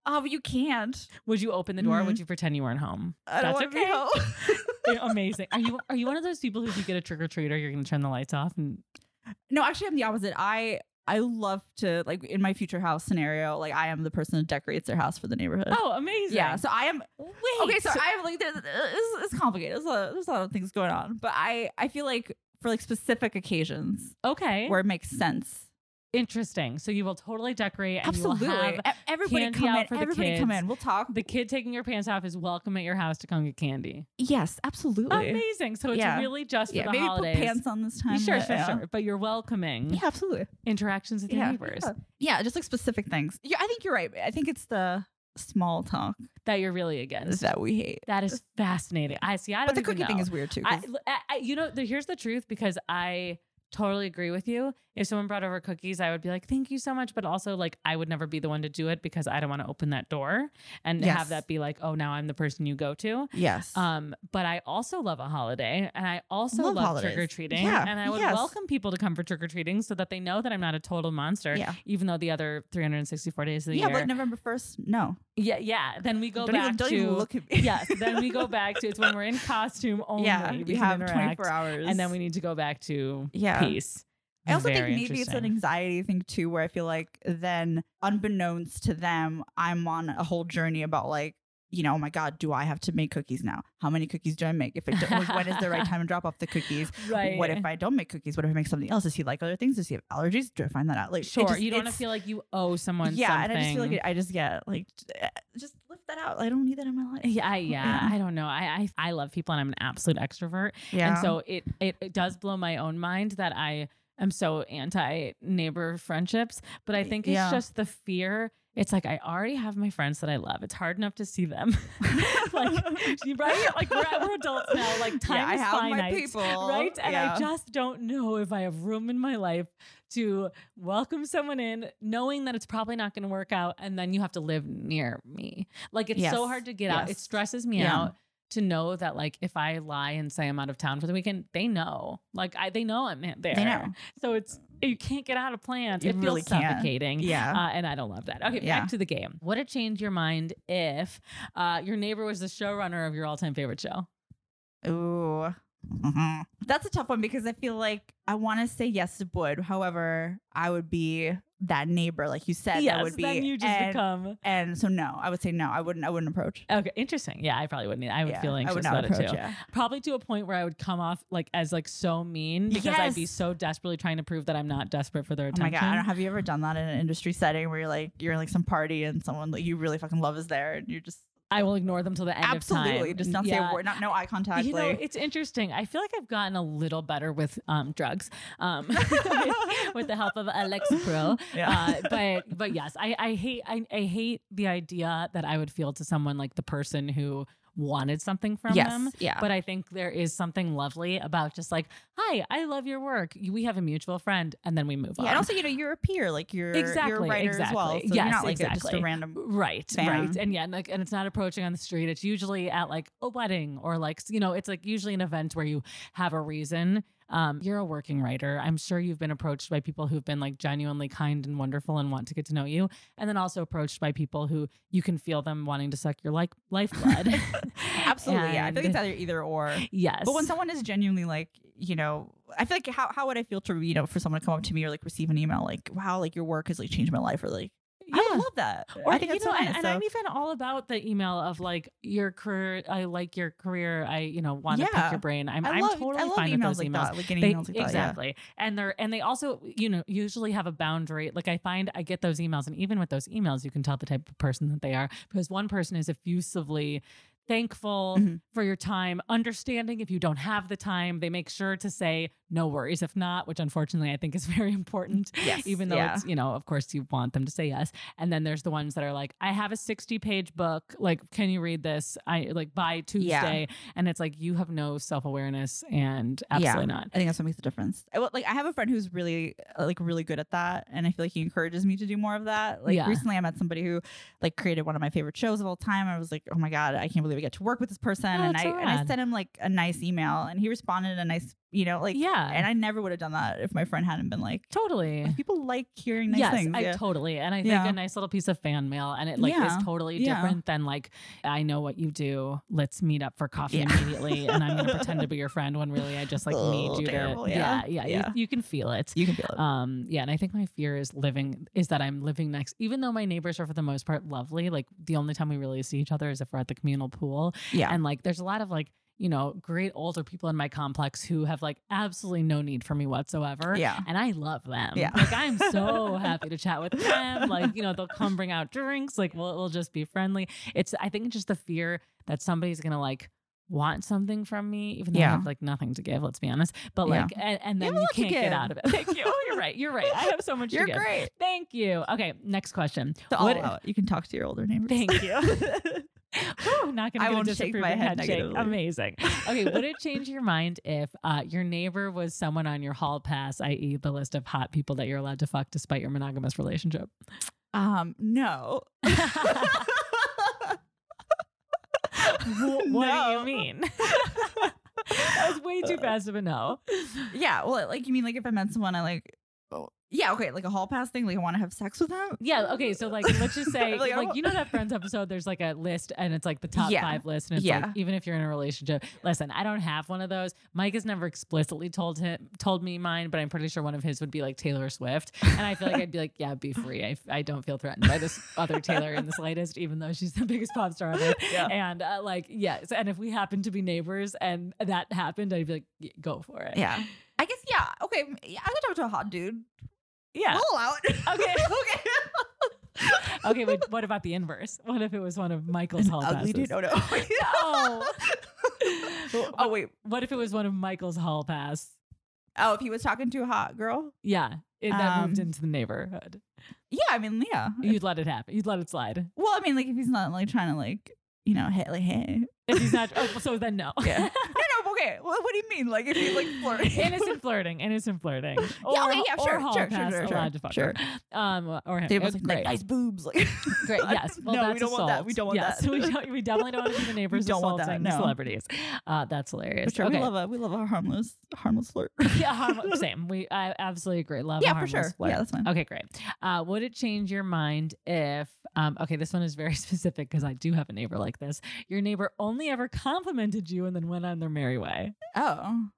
Speaker 7: oh, but you can't.
Speaker 1: Would you open the door? Or would you pretend you weren't home?
Speaker 7: I don't
Speaker 1: That's
Speaker 7: want to be
Speaker 1: okay.
Speaker 7: home.
Speaker 1: Amazing. Are you are you one of those people who if you get a trick or treater, you're gonna turn the lights off and
Speaker 7: No, actually, I'm the opposite. I I love to like in my future house scenario, like I am the person who decorates their house for the neighborhood.
Speaker 1: oh, amazing.
Speaker 7: yeah. So I am.
Speaker 1: Wait.
Speaker 7: Okay, so I am like there's, it's, it's complicated. There's a, lot, there's a lot of things going on, but I I feel like for like specific occasions
Speaker 1: okay.
Speaker 7: where it makes sense.
Speaker 1: Interesting. So you will totally decorate. And
Speaker 7: Absolutely,
Speaker 1: You will have
Speaker 7: E- everybody
Speaker 1: candy
Speaker 7: come
Speaker 1: out
Speaker 7: in.
Speaker 1: for the
Speaker 7: everybody come
Speaker 1: kids.
Speaker 7: in. We'll talk.
Speaker 1: the kid taking your pants off is welcome at your house to come get candy.
Speaker 7: yes, absolutely.
Speaker 1: Amazing. So it's
Speaker 7: Yeah.
Speaker 1: really just for
Speaker 7: Yeah,
Speaker 1: the
Speaker 7: maybe
Speaker 1: holidays.
Speaker 7: put pants on this time.
Speaker 1: sure,
Speaker 7: but,
Speaker 1: sure,
Speaker 7: yeah.
Speaker 1: sure. But you're welcoming
Speaker 7: Yeah, absolutely.
Speaker 1: interactions with your
Speaker 7: yeah.
Speaker 1: neighbors.
Speaker 7: Yeah. Yeah, just like specific things. Yeah, I think you're right. I think it's the small talk
Speaker 1: That you're really against.
Speaker 7: that we hate.
Speaker 1: That is fascinating. I see. I don't
Speaker 7: But the
Speaker 1: even
Speaker 7: cookie
Speaker 1: know.
Speaker 7: thing is weird too.
Speaker 1: I,
Speaker 7: 'cause-
Speaker 1: l- I- I- you know, the, here's the truth because I totally agree with you. If someone brought over cookies, I would be like, "Thank you so much," but also like I would never be the one to do it because I don't want to open that door and have
Speaker 7: Yes.
Speaker 1: that be like, "Oh, now I'm the person you go to."
Speaker 7: yes.
Speaker 1: Um, but I also love a holiday and I also love,
Speaker 7: Love holidays.
Speaker 1: trick or treating.
Speaker 7: Yeah,
Speaker 1: And I would
Speaker 7: yes.
Speaker 1: welcome people to come for trick or treating so that they know that I'm not a total monster,
Speaker 7: Yeah.
Speaker 1: even though the other 364 days of the
Speaker 7: yeah,
Speaker 1: year.
Speaker 7: but November first, no.
Speaker 1: yeah, yeah. Then we go
Speaker 7: don't
Speaker 1: back
Speaker 7: even, don't
Speaker 1: to
Speaker 7: even look at me.
Speaker 1: yeah, so then we go back to it's when we're in costume only.
Speaker 7: yeah,
Speaker 1: we
Speaker 7: you
Speaker 1: can
Speaker 7: have
Speaker 1: interact.
Speaker 7: 24 hours,
Speaker 1: And then we need to go back to
Speaker 7: Yeah.
Speaker 1: peace.
Speaker 7: I also think
Speaker 1: Very
Speaker 7: maybe it's
Speaker 1: interesting.
Speaker 7: an anxiety thing too, where I feel like then, unbeknownst to them, I'm on a whole journey about like you know, oh my God, do I have to make cookies now? How many cookies do I make? If I don't, when is the right time to drop off the cookies?
Speaker 1: Right.
Speaker 7: What if I don't make cookies? What if I make something else? Does he like other things? Does he have allergies? Do I find that out? Like, it
Speaker 2: Sure,
Speaker 7: just-
Speaker 2: you don't want
Speaker 7: it's-
Speaker 2: to feel like you owe someone
Speaker 7: yeah,
Speaker 2: something.
Speaker 7: and I just feel like it, I just get like eh, just lift that out. I don't need that in my life.
Speaker 1: Yeah, I- yeah.
Speaker 7: Yeah.
Speaker 1: I don't know. I, I I love people and I'm an absolute extrovert.
Speaker 7: yeah.
Speaker 1: And so it, it it does blow my own mind that I am so anti neighbor friendships. But I think it's
Speaker 7: Yeah.
Speaker 1: just the fear. It's like I already have my friends that I love. It's hard enough to see them. like you- right? Like we're, we're adults now. Like time
Speaker 7: yeah, I
Speaker 1: is
Speaker 7: have
Speaker 1: finite.
Speaker 7: my people,
Speaker 1: Right. And
Speaker 7: yeah.
Speaker 1: I just don't know if I have room in my life to welcome someone in, knowing that it's probably not going to work out. And then you have to live near me. Like it's so
Speaker 7: Yes.
Speaker 1: hard to get out. It
Speaker 7: Yes.
Speaker 1: stresses me
Speaker 7: Yeah.
Speaker 1: out to know that, like, if I lie and say I'm out of town for the weekend, they know. Like, I they know I'm there.
Speaker 7: They know.
Speaker 1: So it's, you can't get out of plans.
Speaker 7: You
Speaker 1: it feels
Speaker 7: really can't.
Speaker 1: suffocating.
Speaker 7: yeah.
Speaker 1: Uh, and I don't love that. Okay,
Speaker 7: Yeah.
Speaker 1: back to the game. Would it change your mind if uh, your neighbor was the showrunner of your all-time favorite show?
Speaker 7: Ooh. Mhm. That's a tough one because I feel like I want to say yes it would. However, I would be that neighbor, like you said, that would be.
Speaker 1: then you just
Speaker 7: and,
Speaker 1: become
Speaker 7: and so no, I would say no. I wouldn't. I wouldn't approach.
Speaker 1: Okay, interesting. Yeah, I probably wouldn't. e-, I would
Speaker 7: Yeah,
Speaker 1: feel anxious
Speaker 7: I would
Speaker 1: about
Speaker 7: not
Speaker 1: it
Speaker 7: approach.
Speaker 1: too.
Speaker 7: Yeah.
Speaker 1: Probably to a point where I would come off like as like so mean because I'd be
Speaker 7: Yes.
Speaker 1: so desperately trying to prove that I'm not desperate for their
Speaker 7: Oh my
Speaker 1: attention.
Speaker 7: god! I don't, have you ever done that in an industry setting where you're like you're in like some party and someone that you really fucking love is there and you're just
Speaker 1: I will ignore them till the end of
Speaker 7: absolutely
Speaker 1: time.
Speaker 7: just not say
Speaker 1: Yeah.
Speaker 7: a word, not no eye contact.
Speaker 1: You know,
Speaker 7: like-
Speaker 1: it's interesting. I feel like I've gotten a little better with um, drugs, um, with, with the help of Alexapro.
Speaker 7: yeah.
Speaker 1: Uh, but but yes, I, I hate I, I hate the idea that I would feel to someone like the person who wanted something from
Speaker 6: yes.
Speaker 1: them.
Speaker 6: Yeah.
Speaker 1: But I think there is something lovely about just like, hi, I love your work. We have a mutual friend, and then we move
Speaker 7: yeah,
Speaker 1: on.
Speaker 7: and also you know you're a peer, like you're you're a
Speaker 1: Exactly,
Speaker 7: writer as well.
Speaker 1: exactly.
Speaker 7: So
Speaker 1: Yes,
Speaker 7: you're not like a- just
Speaker 1: exactly.
Speaker 7: a random
Speaker 1: right,
Speaker 7: Fam.
Speaker 1: right, and yeah, and, like, and it's not approaching on the street. It's usually at like a wedding or like you know, it's like usually an event where you have a reason. Um, you're a working writer. I'm sure you've been approached by people who've been like genuinely kind and wonderful and want to get to know you, and then also approached by people who you can feel them wanting to suck your like lifeblood.
Speaker 7: Absolutely, yeah. I feel like
Speaker 1: And-
Speaker 7: it's either either or.
Speaker 1: yes.
Speaker 7: But when someone is genuinely like, you know, I feel like how, how would I feel to you know for someone to come up to me or like receive an email like, wow, like your work has like changed my life or like I
Speaker 1: Yeah.
Speaker 7: would love that.
Speaker 1: Or
Speaker 7: I think
Speaker 1: you
Speaker 7: that's
Speaker 1: know,
Speaker 7: so nice.
Speaker 1: and, and
Speaker 7: so-
Speaker 1: I'm even all about the email of like your career. I like your career. I you know want to
Speaker 7: Yeah.
Speaker 1: pick your brain. I'm,
Speaker 7: I
Speaker 1: I'm
Speaker 7: love,
Speaker 1: totally
Speaker 7: I love
Speaker 1: fine with
Speaker 7: emails
Speaker 1: those
Speaker 7: like
Speaker 1: emails.
Speaker 7: that, like getting
Speaker 1: They-
Speaker 7: emails like that.
Speaker 1: exactly, and they're and they also you know usually have a boundary. Like I find I get those emails, and even with those emails, you can tell the type of person that they are because one person is effusively thankful
Speaker 7: Mhm.
Speaker 1: for your time, understanding if you don't have the time. They make sure to say no worries if not, which unfortunately I think is very important
Speaker 7: Yeah. Yes,
Speaker 1: even though
Speaker 7: yeah.
Speaker 1: it's you know of course you want them to say yes and then there's the ones that are like i have a 60 page book like can you read this i like by tuesday and it's like you have no self-awareness and absolutely not
Speaker 7: I think that's what makes the difference. I, well, like I have a friend who's really uh, like really good at that, and I feel like he encourages me to do more of that. Like
Speaker 1: Yeah.
Speaker 7: recently, I met somebody who like created one of my favorite shows of all time. I was like, oh my god, I can't believe I get to work with this person,
Speaker 1: Oh,
Speaker 7: and
Speaker 1: that's
Speaker 7: I
Speaker 1: so
Speaker 7: and I
Speaker 1: rad.
Speaker 7: sent him like a nice email, and he responded a nice, you know, like
Speaker 1: Yeah.
Speaker 7: And I never would have done that if my friend hadn't been like,
Speaker 1: totally
Speaker 7: people like hearing nice
Speaker 1: yes,
Speaker 7: things.
Speaker 1: I
Speaker 7: yeah.
Speaker 1: totally. And I think
Speaker 7: Yeah.
Speaker 1: a nice little piece of fan mail and it like
Speaker 7: Yeah.
Speaker 1: is totally
Speaker 7: Yeah.
Speaker 1: different than like, I know what you do. Let's meet up for coffee
Speaker 7: Yeah.
Speaker 1: immediately and I'm gonna pretend to be your friend when really I just like
Speaker 7: Oh,
Speaker 1: need you
Speaker 7: terrible,
Speaker 1: to
Speaker 7: yeah.
Speaker 1: yeah,
Speaker 7: Yeah.
Speaker 1: You, you can feel it.
Speaker 7: you can feel it.
Speaker 1: Um, yeah, and I think my fear is living is that I'm living next. Even though my neighbors are for the most part lovely, like the only time we really see each other is if we're at the communal pool.
Speaker 7: yeah.
Speaker 1: And like, there's a lot of like, you know, great older people in my complex who have like absolutely no need for me whatsoever.
Speaker 7: yeah.
Speaker 1: And I love them.
Speaker 7: Yeah.
Speaker 1: Like I'm so happy to chat with them. Like, you know, they'll come bring out drinks. Like we'll, we'll just be friendly. It's I think it's just the fear that somebody's gonna like want something from me, even though I
Speaker 7: Yeah.
Speaker 1: have like nothing to give, let's be honest. But
Speaker 7: Yeah.
Speaker 1: like and, and
Speaker 7: You
Speaker 1: then
Speaker 7: have a
Speaker 1: you
Speaker 7: lot to
Speaker 1: can't get
Speaker 7: give.
Speaker 1: out of it. Thank you. Oh, you're right. You're right. I have so much
Speaker 7: You're
Speaker 1: to give.
Speaker 7: great.
Speaker 1: Thank you. Okay, next question.
Speaker 7: So I'll
Speaker 1: What-
Speaker 7: allow it. You can talk to your older neighbors.
Speaker 1: Thank you. Whew, not gonna
Speaker 7: I
Speaker 1: get a
Speaker 7: won't shake
Speaker 1: disapproving
Speaker 7: my head
Speaker 1: head shake.
Speaker 7: negatively.
Speaker 1: Amazing. Okay, would it change your mind if uh, your neighbor was someone on your hall pass, i.e., the list of hot people that you're allowed to fuck despite your monogamous relationship?
Speaker 7: Um, no.
Speaker 1: Wh- what
Speaker 7: No. Uh,
Speaker 1: do you mean? that was way too fast of a no.
Speaker 7: Yeah. Well, like you mean like if I met someone I like, oh, Yeah, okay, like a hall pass thing. Like I want to have sex with them.
Speaker 1: Yeah. Okay. So like, let's just say,
Speaker 7: Like,
Speaker 1: like,
Speaker 7: I don't-
Speaker 1: you know that Friends episode. There's like a list, and it's like the top
Speaker 7: Yeah.
Speaker 1: five list, and it's
Speaker 7: Yeah.
Speaker 1: like even if you're in a relationship. Listen, I don't have one of those. Mike has never explicitly told him told me mine, but I'm pretty sure one of his would be like Taylor Swift, and I feel like I'd be like, yeah, be free. I, I don't feel threatened by this other Taylor in the slightest, even though she's the biggest pop star on earth.
Speaker 7: Yeah.
Speaker 1: And uh, like, yes. And if we happened to be neighbors, and that happened, I'd be like, "Y- go for it.
Speaker 7: Yeah. I guess yeah. Okay, m- yeah, I could talk to a hot dude.
Speaker 1: Yeah.
Speaker 7: Roll out.
Speaker 1: Okay.
Speaker 7: okay.
Speaker 1: okay. But what about the inverse? What if it was one of Michael's hall passes?
Speaker 7: Ugly dude. Oh no.
Speaker 1: Well,
Speaker 7: oh wait.
Speaker 1: What if it was one of Michael's hall pass?
Speaker 7: Oh, if he was talking to a hot girl.
Speaker 1: Yeah, it, that moved
Speaker 7: Um,
Speaker 1: into the neighborhood.
Speaker 7: Yeah, I mean, yeah.
Speaker 1: You'd let it happen. You'd let it slide.
Speaker 7: Well, I mean, like if he's not like trying to like you know hey like hey.
Speaker 1: If he's not, oh, so then no.
Speaker 7: Yeah. no, no. Okay. Well, what do you mean? Like if he's like flirting.
Speaker 1: innocent flirting, innocent flirting. Or,
Speaker 7: Yeah, okay, yeah,
Speaker 1: or
Speaker 7: sure,
Speaker 1: hall
Speaker 7: sure, sure,
Speaker 1: pass
Speaker 7: sure, sure,
Speaker 1: allowed to fuck
Speaker 7: sure.
Speaker 1: her. Um, or him.
Speaker 7: They was
Speaker 1: It's
Speaker 7: like, like
Speaker 1: great.
Speaker 7: nice boobs. Like
Speaker 1: Great. Yes. Well,
Speaker 7: no,
Speaker 1: that's
Speaker 7: we don't
Speaker 1: assault.
Speaker 7: want that. We don't want
Speaker 1: yes,
Speaker 7: that.
Speaker 1: We, don't, we definitely don't want to be the neighbors
Speaker 7: don't want that,
Speaker 1: assaulting
Speaker 7: no.
Speaker 1: celebrities. Uh, that's hilarious.
Speaker 7: But sure,
Speaker 1: okay.
Speaker 7: we love a we love a harmless harmless flirt.
Speaker 1: yeah, harm- same. We I absolutely agree. Love. a
Speaker 7: yeah, for
Speaker 1: harmless
Speaker 7: sure.
Speaker 1: flirt.
Speaker 7: Yeah, that's fine.
Speaker 1: Okay, great. Uh, would it change your mind if, um, okay, this one is very specific because I do have a neighbor like this. Your neighbor only ever complimented you and then went on their merry way.
Speaker 7: Oh.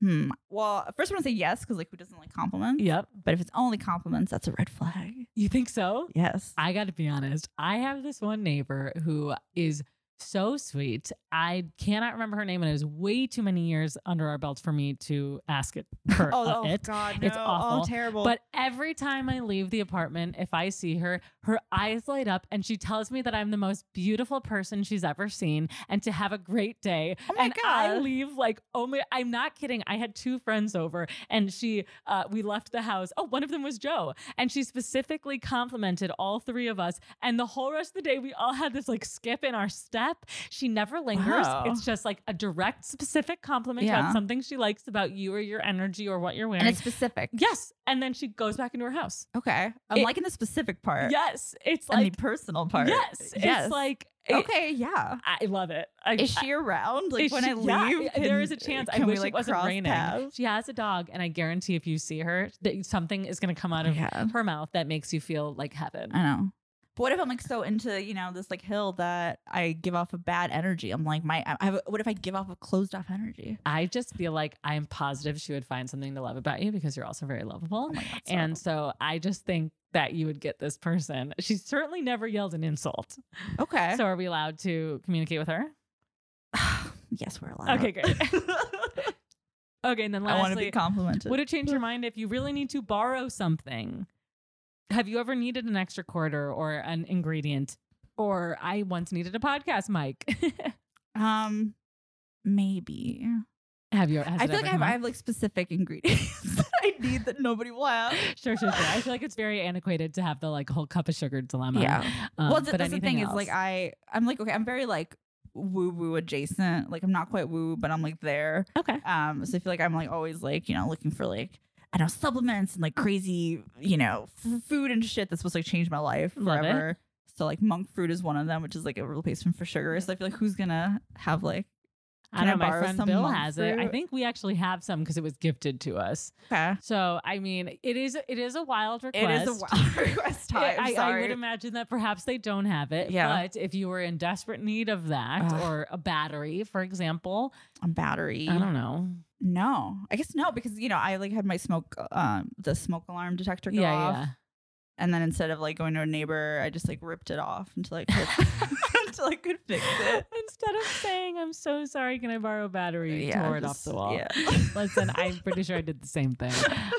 Speaker 7: Hmm. Well, first I'm gonna say yes because like who doesn't like compliments?
Speaker 1: Yep.
Speaker 7: But if it's only compliments, that's a red flag.
Speaker 1: You think so?
Speaker 7: Yes.
Speaker 1: I got to be honest. I have this one neighbor who is so sweet. I cannot remember her name, and it was way too many years under our belts for me to ask it her uh, it.
Speaker 7: Oh, God, Oh,
Speaker 1: It's awful.
Speaker 7: terrible.
Speaker 1: But every time I leave the apartment, if I see her, her eyes light up and she tells me that I'm the most beautiful person she's ever seen and to have a great day.
Speaker 7: Oh my
Speaker 1: and I
Speaker 7: God.
Speaker 1: leave like, oh my, I'm not kidding. I had two friends over and she, uh, we left the house. Oh, one of them was Joe. And she specifically complimented all three of us. And the whole rest of the day, we all had this like skip in our step. She never lingers.
Speaker 7: Wow.
Speaker 1: It's just like a direct, specific compliment about
Speaker 7: Yeah.
Speaker 1: something she likes about you or your energy or what you're wearing.
Speaker 7: and it's specific.
Speaker 1: Yes. And then she goes back into her house.
Speaker 7: Okay. I'm
Speaker 1: It-
Speaker 7: liking the specific part.
Speaker 1: Yes. It's
Speaker 7: Uh, And
Speaker 1: like,
Speaker 7: the personal part.
Speaker 1: yes. It's like, it-
Speaker 7: okay. Yeah.
Speaker 1: I love it. I,
Speaker 7: Is she around? Like
Speaker 1: is
Speaker 7: when
Speaker 1: she-
Speaker 7: I
Speaker 1: yeah,
Speaker 7: leave,
Speaker 1: I- there
Speaker 7: can-
Speaker 1: is a chance. I
Speaker 7: can we,
Speaker 1: wish
Speaker 7: like,
Speaker 1: it wasn't
Speaker 7: cross
Speaker 1: raining.
Speaker 7: paths?
Speaker 1: She has a dog, and I guarantee if you see her, that something is going to come out of
Speaker 7: Yeah.
Speaker 1: her mouth that makes you feel like heaven.
Speaker 7: I know. But what if I'm like so into you know this like hill that I give off a bad energy? I'm like my. I, I, what if I give off a closed off energy?
Speaker 1: I just feel like I'm positive she would find something to love about you because you're also very lovable.
Speaker 7: Oh my God, so-
Speaker 1: and so I just think that you would get this person. She certainly never yelled an insult.
Speaker 7: okay.
Speaker 1: So are we allowed to communicate with her?
Speaker 7: yes, we're allowed.
Speaker 1: Okay, great. Okay, and then
Speaker 7: I want to
Speaker 1: lastly,
Speaker 7: be complimented.
Speaker 1: Would it change your mind if you really need to borrow something? Have you ever needed an extra quarter or an ingredient? Or I once needed a podcast mic.
Speaker 7: um, maybe.
Speaker 1: have you? Has
Speaker 7: I
Speaker 1: it ever
Speaker 7: feel like I have,
Speaker 1: come
Speaker 7: I
Speaker 1: up?
Speaker 7: have like specific ingredients that I need that nobody will have.
Speaker 1: Sure, sure, sure. I feel like it's very antiquated to have the like whole cup of sugar dilemma. Um,
Speaker 7: well, th-
Speaker 1: but
Speaker 7: that's the
Speaker 1: anything
Speaker 7: thing is like
Speaker 1: else?
Speaker 7: I I'm like okay, I'm very like woo woo adjacent. Like I'm not quite woo, but I'm like there.
Speaker 1: okay.
Speaker 7: Um, so I feel like I'm like always like you know looking for like. I don't know supplements and like crazy, you know, f- food and shit that's supposed to like change my life
Speaker 1: Mm-hmm. Love it.
Speaker 7: forever. So like monk fruit is one of them, which is like a replacement for sugar. So I feel like who's gonna have like
Speaker 1: I
Speaker 7: can I
Speaker 1: don't know. My
Speaker 7: borrow
Speaker 1: friend
Speaker 7: some
Speaker 1: Bill
Speaker 7: monk
Speaker 1: has it. I
Speaker 7: fruit?
Speaker 1: think we actually have some because it was gifted to us.
Speaker 7: okay.
Speaker 1: So I mean, it is it is a wild request.
Speaker 7: It is a wild request
Speaker 1: I-
Speaker 7: time.
Speaker 1: I, I
Speaker 7: sorry.
Speaker 1: would imagine that perhaps they don't have it.
Speaker 7: Yeah.
Speaker 1: But if you were in desperate need of that
Speaker 7: Ugh.
Speaker 1: or a battery, for example,
Speaker 7: on battery.
Speaker 1: I don't know.
Speaker 7: No, I guess no because you know I like had my smoke, um, the smoke alarm detector go
Speaker 1: Yeah,
Speaker 7: off,
Speaker 1: yeah.
Speaker 7: and then instead of like going to a neighbor, I just like ripped it off until I could until I could fix it.
Speaker 1: Instead of saying, I'm so sorry, can I borrow a battery? You tore it off
Speaker 7: just-
Speaker 1: the wall.
Speaker 7: Yeah.
Speaker 1: Listen, I'm pretty sure I did the same thing.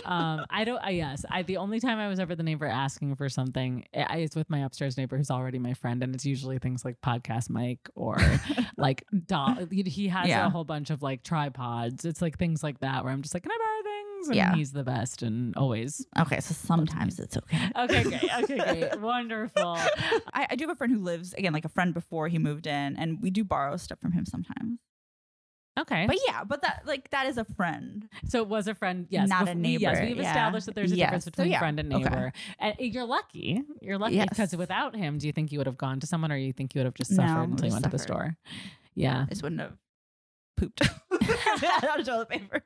Speaker 1: Um, I don't, I yes, I, the only time I was ever the neighbor asking for something eh, I, is with my upstairs neighbor who's already my friend. And it's usually things like podcast mic or like doll. He he has
Speaker 7: Yeah.
Speaker 1: a whole bunch of like tripods. It's like things like that where I'm just like, can I borrow things? And
Speaker 7: Yeah.
Speaker 1: he's the best and always.
Speaker 7: okay, so sometimes it's okay.
Speaker 1: Okay, great. Okay, great. Wonderful.
Speaker 7: I, I do have a friend who lives again, like a friend before he moved in, and we do borrow stuff from him sometimes.
Speaker 1: Okay.
Speaker 7: But yeah, but that like that is a friend.
Speaker 1: So it was a friend, yes,
Speaker 7: Not a
Speaker 1: before- Yes,
Speaker 7: neighbor,
Speaker 1: we've
Speaker 7: yeah.
Speaker 1: established that there's a
Speaker 7: Yes.
Speaker 1: difference
Speaker 7: So,
Speaker 1: between
Speaker 7: yeah,
Speaker 1: friend and
Speaker 7: okay.
Speaker 1: neighbor. And you're lucky. You're lucky
Speaker 7: Yes.
Speaker 1: because without him, do you think you would have gone to someone, or you think you would have just
Speaker 7: No,
Speaker 1: suffered
Speaker 7: I would
Speaker 1: until you
Speaker 7: have
Speaker 1: went to the
Speaker 7: suffered.
Speaker 1: store? Yeah.
Speaker 7: I just wouldn't have pooped out of toilet paper.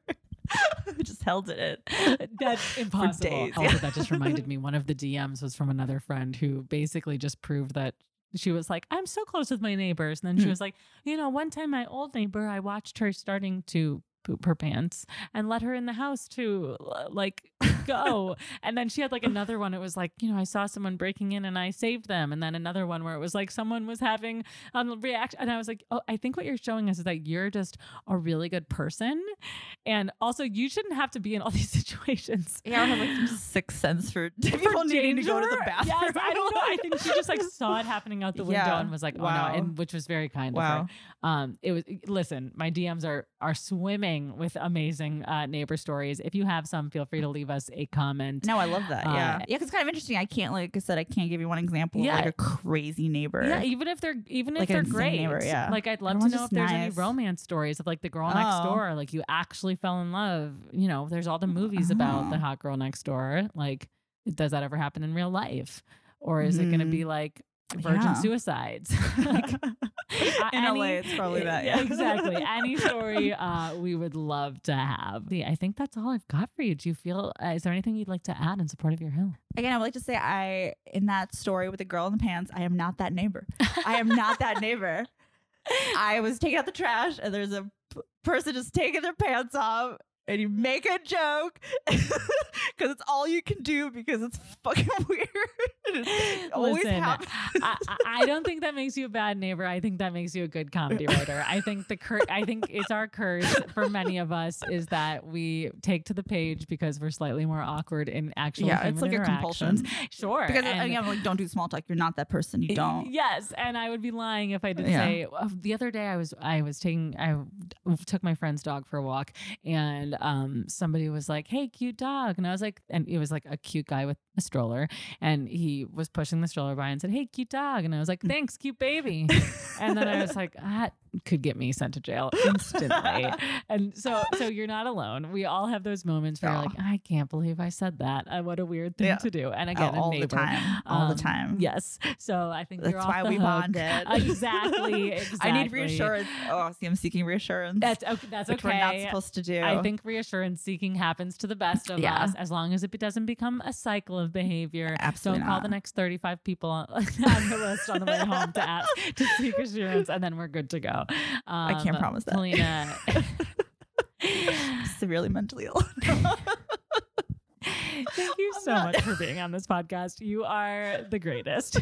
Speaker 7: just held it in.
Speaker 8: That's impossible.
Speaker 7: days,
Speaker 1: Also,
Speaker 7: yeah.
Speaker 1: that just reminded me. One of the DMs was from another friend who basically just proved that she was like, "I'm so close with my neighbors," and then she
Speaker 7: Hmm.
Speaker 1: was like, "You know, one time my old neighbor, I watched her starting to." poop her pants and let her in the house to l- like go and then she had like another one it was like you know i saw someone breaking in and i saved them and then another one where it was like someone was having a reaction and i was like oh i think what you're showing us is that you're just a really good person and also you shouldn't have to be in all these situations
Speaker 7: Yeah, I have like some sixth sense for people needing to go to the
Speaker 1: danger?
Speaker 7: bathroom.
Speaker 1: Yes, I don't know. I think she just like saw it happening out the window
Speaker 7: Yeah.
Speaker 1: and was like, "Oh
Speaker 7: Wow.
Speaker 1: no!" And which was very kind
Speaker 7: Wow.
Speaker 1: of her. Um, it was. Listen, my DMs are are swimming with amazing uh, neighbor stories. If you have some, feel free to leave us a comment.
Speaker 7: No, I love that.
Speaker 1: Uh,
Speaker 7: yeah. Yeah, 'cause it's kind of interesting. I can't, like I said, I can't give you one example
Speaker 1: Yeah.
Speaker 7: of like a crazy neighbor.
Speaker 1: Yeah, even if they're even if
Speaker 7: Like an
Speaker 1: they're
Speaker 7: insane
Speaker 1: great.
Speaker 7: neighbor, yeah.
Speaker 1: Like I'd love to
Speaker 7: Everyone's
Speaker 1: know if
Speaker 7: just
Speaker 1: there's any
Speaker 7: nice.
Speaker 1: romance stories of like the girl next
Speaker 7: Oh.
Speaker 1: door, like you actually fell in love. You know, there's all the movies about the
Speaker 7: Oh.
Speaker 1: hot girl next door. Like, does that ever happen in real life? Or is it gonna
Speaker 7: Mhm.
Speaker 1: be like virgin
Speaker 7: Yeah.
Speaker 1: suicides? Like, uh,
Speaker 7: In LA, it's probably that, yeah.
Speaker 1: exactly. Any story uh, we would love to have. Yeah, I think that's all I've got for you. Do you feel? Uh, is there anything you'd like to add in support of your hill?
Speaker 7: Again, I would like to say I in that story with the girl in the pants, I am not that neighbor. I am not that neighbor. I was taking out the trash and there's a p- person just taking their pants off and you make a joke because it's all you can do because it's fucking weird. it always
Speaker 1: Listen,
Speaker 7: happens.
Speaker 1: I, I- I don't think that makes you a bad neighbor. I think that makes you a good comedy writer. I think the cur- I think it's our curse for many of us is that we take to the page because we're slightly more awkward in actual
Speaker 7: yeah,
Speaker 1: human
Speaker 7: it's like a
Speaker 1: interactions.
Speaker 7: compulsion.
Speaker 1: Sure,
Speaker 7: Because uh,
Speaker 1: and-
Speaker 7: again, like don't do small talk. You're not that person. You don't.
Speaker 1: Yes, and I would be lying if I didn't
Speaker 7: Yeah.
Speaker 1: say. Uh, the other day, I was I was taking I took my friend's dog for a walk, and um somebody was like, "Hey, cute dog," and I was like, and it was like a cute guy with a stroller, and he was pushing the stroller by and said, "Hey, cute dog," and I was like, "Thanks, cute baby," and then I was like, "That could get me sent to jail instantly." and so so you're not alone. We all have those moments where
Speaker 7: Yeah.
Speaker 1: you're like, "I can't believe I said that. Uh, what a weird thing
Speaker 7: Yeah.
Speaker 1: to do." And
Speaker 7: Oh,
Speaker 1: again, a
Speaker 7: all
Speaker 1: neighbor.
Speaker 7: the time. All
Speaker 1: Um,
Speaker 7: the time.
Speaker 1: Yes. So I think
Speaker 7: That's
Speaker 1: you're off
Speaker 7: why
Speaker 1: the
Speaker 7: we
Speaker 1: hook.
Speaker 7: bonded.
Speaker 1: Exactly. Exactly.
Speaker 7: I need reassurance. Oh, see, I'm seeking reassurance.
Speaker 1: That's okay. That's
Speaker 7: which
Speaker 1: okay.
Speaker 7: we're not supposed to do.
Speaker 1: I think reassurance seeking happens to the best of
Speaker 7: Yeah.
Speaker 1: us as long as it be- doesn't become a cycle of behavior.
Speaker 7: Absolutely
Speaker 1: Don't call
Speaker 7: not.
Speaker 1: the next 35 people on on the list on the way home to ask to seek assurance, and then we're good to go.
Speaker 7: I can't
Speaker 1: Um,
Speaker 7: promise that.
Speaker 1: Polina.
Speaker 7: severely mentally ill.
Speaker 1: Thank you so much for being on this podcast. You are the greatest.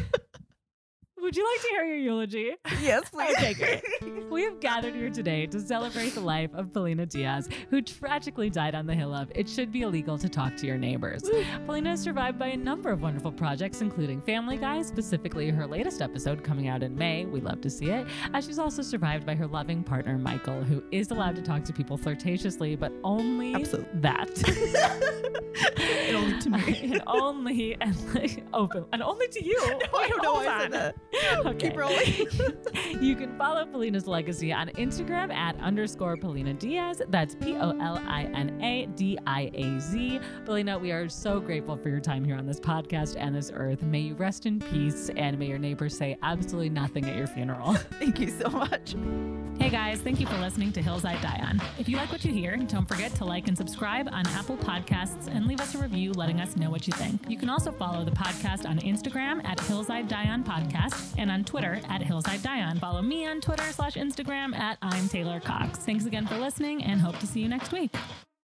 Speaker 1: Would you like to hear your eulogy?
Speaker 7: yes, please.
Speaker 1: Okay, great. We have gathered here today to celebrate the life of Polina Diaz, who tragically died on the hill of It Should Be Illegal to Talk to Your Neighbors. Polina is survived by a number of wonderful projects, including Family Guy, specifically her latest episode coming out in May. We love to see it. As she's also survived by her loving partner, Michael, who is allowed to talk to people flirtatiously, but only
Speaker 7: Absolutely.
Speaker 1: that.
Speaker 7: it only to me.
Speaker 1: and only and like open and only to you.
Speaker 7: I don't know why I
Speaker 1: Hold
Speaker 7: said
Speaker 1: on.
Speaker 7: that.
Speaker 1: Okay.
Speaker 7: Keep rolling.
Speaker 1: you can follow Polina's legacy on Instagram at underscore Polina Diaz. That's P O L I N A D I A Z. Polina, we are so grateful for your time here on this podcast and this earth. May you rest in peace and may your neighbors say absolutely nothing at your funeral.
Speaker 7: Thank you so much.
Speaker 1: Hey guys, thank you for listening to Hills I Die On. If you like what you hear, don't forget to like and subscribe on Apple Podcasts and leave us a review letting us know what you think. You can also follow the podcast on Instagram at Hills I Die On Podcast and on Twitter at Hills I Die On. Follow me on Twitter slash Instagram at I'm Taylor Cox. Thanks again for listening and hope to see you next week.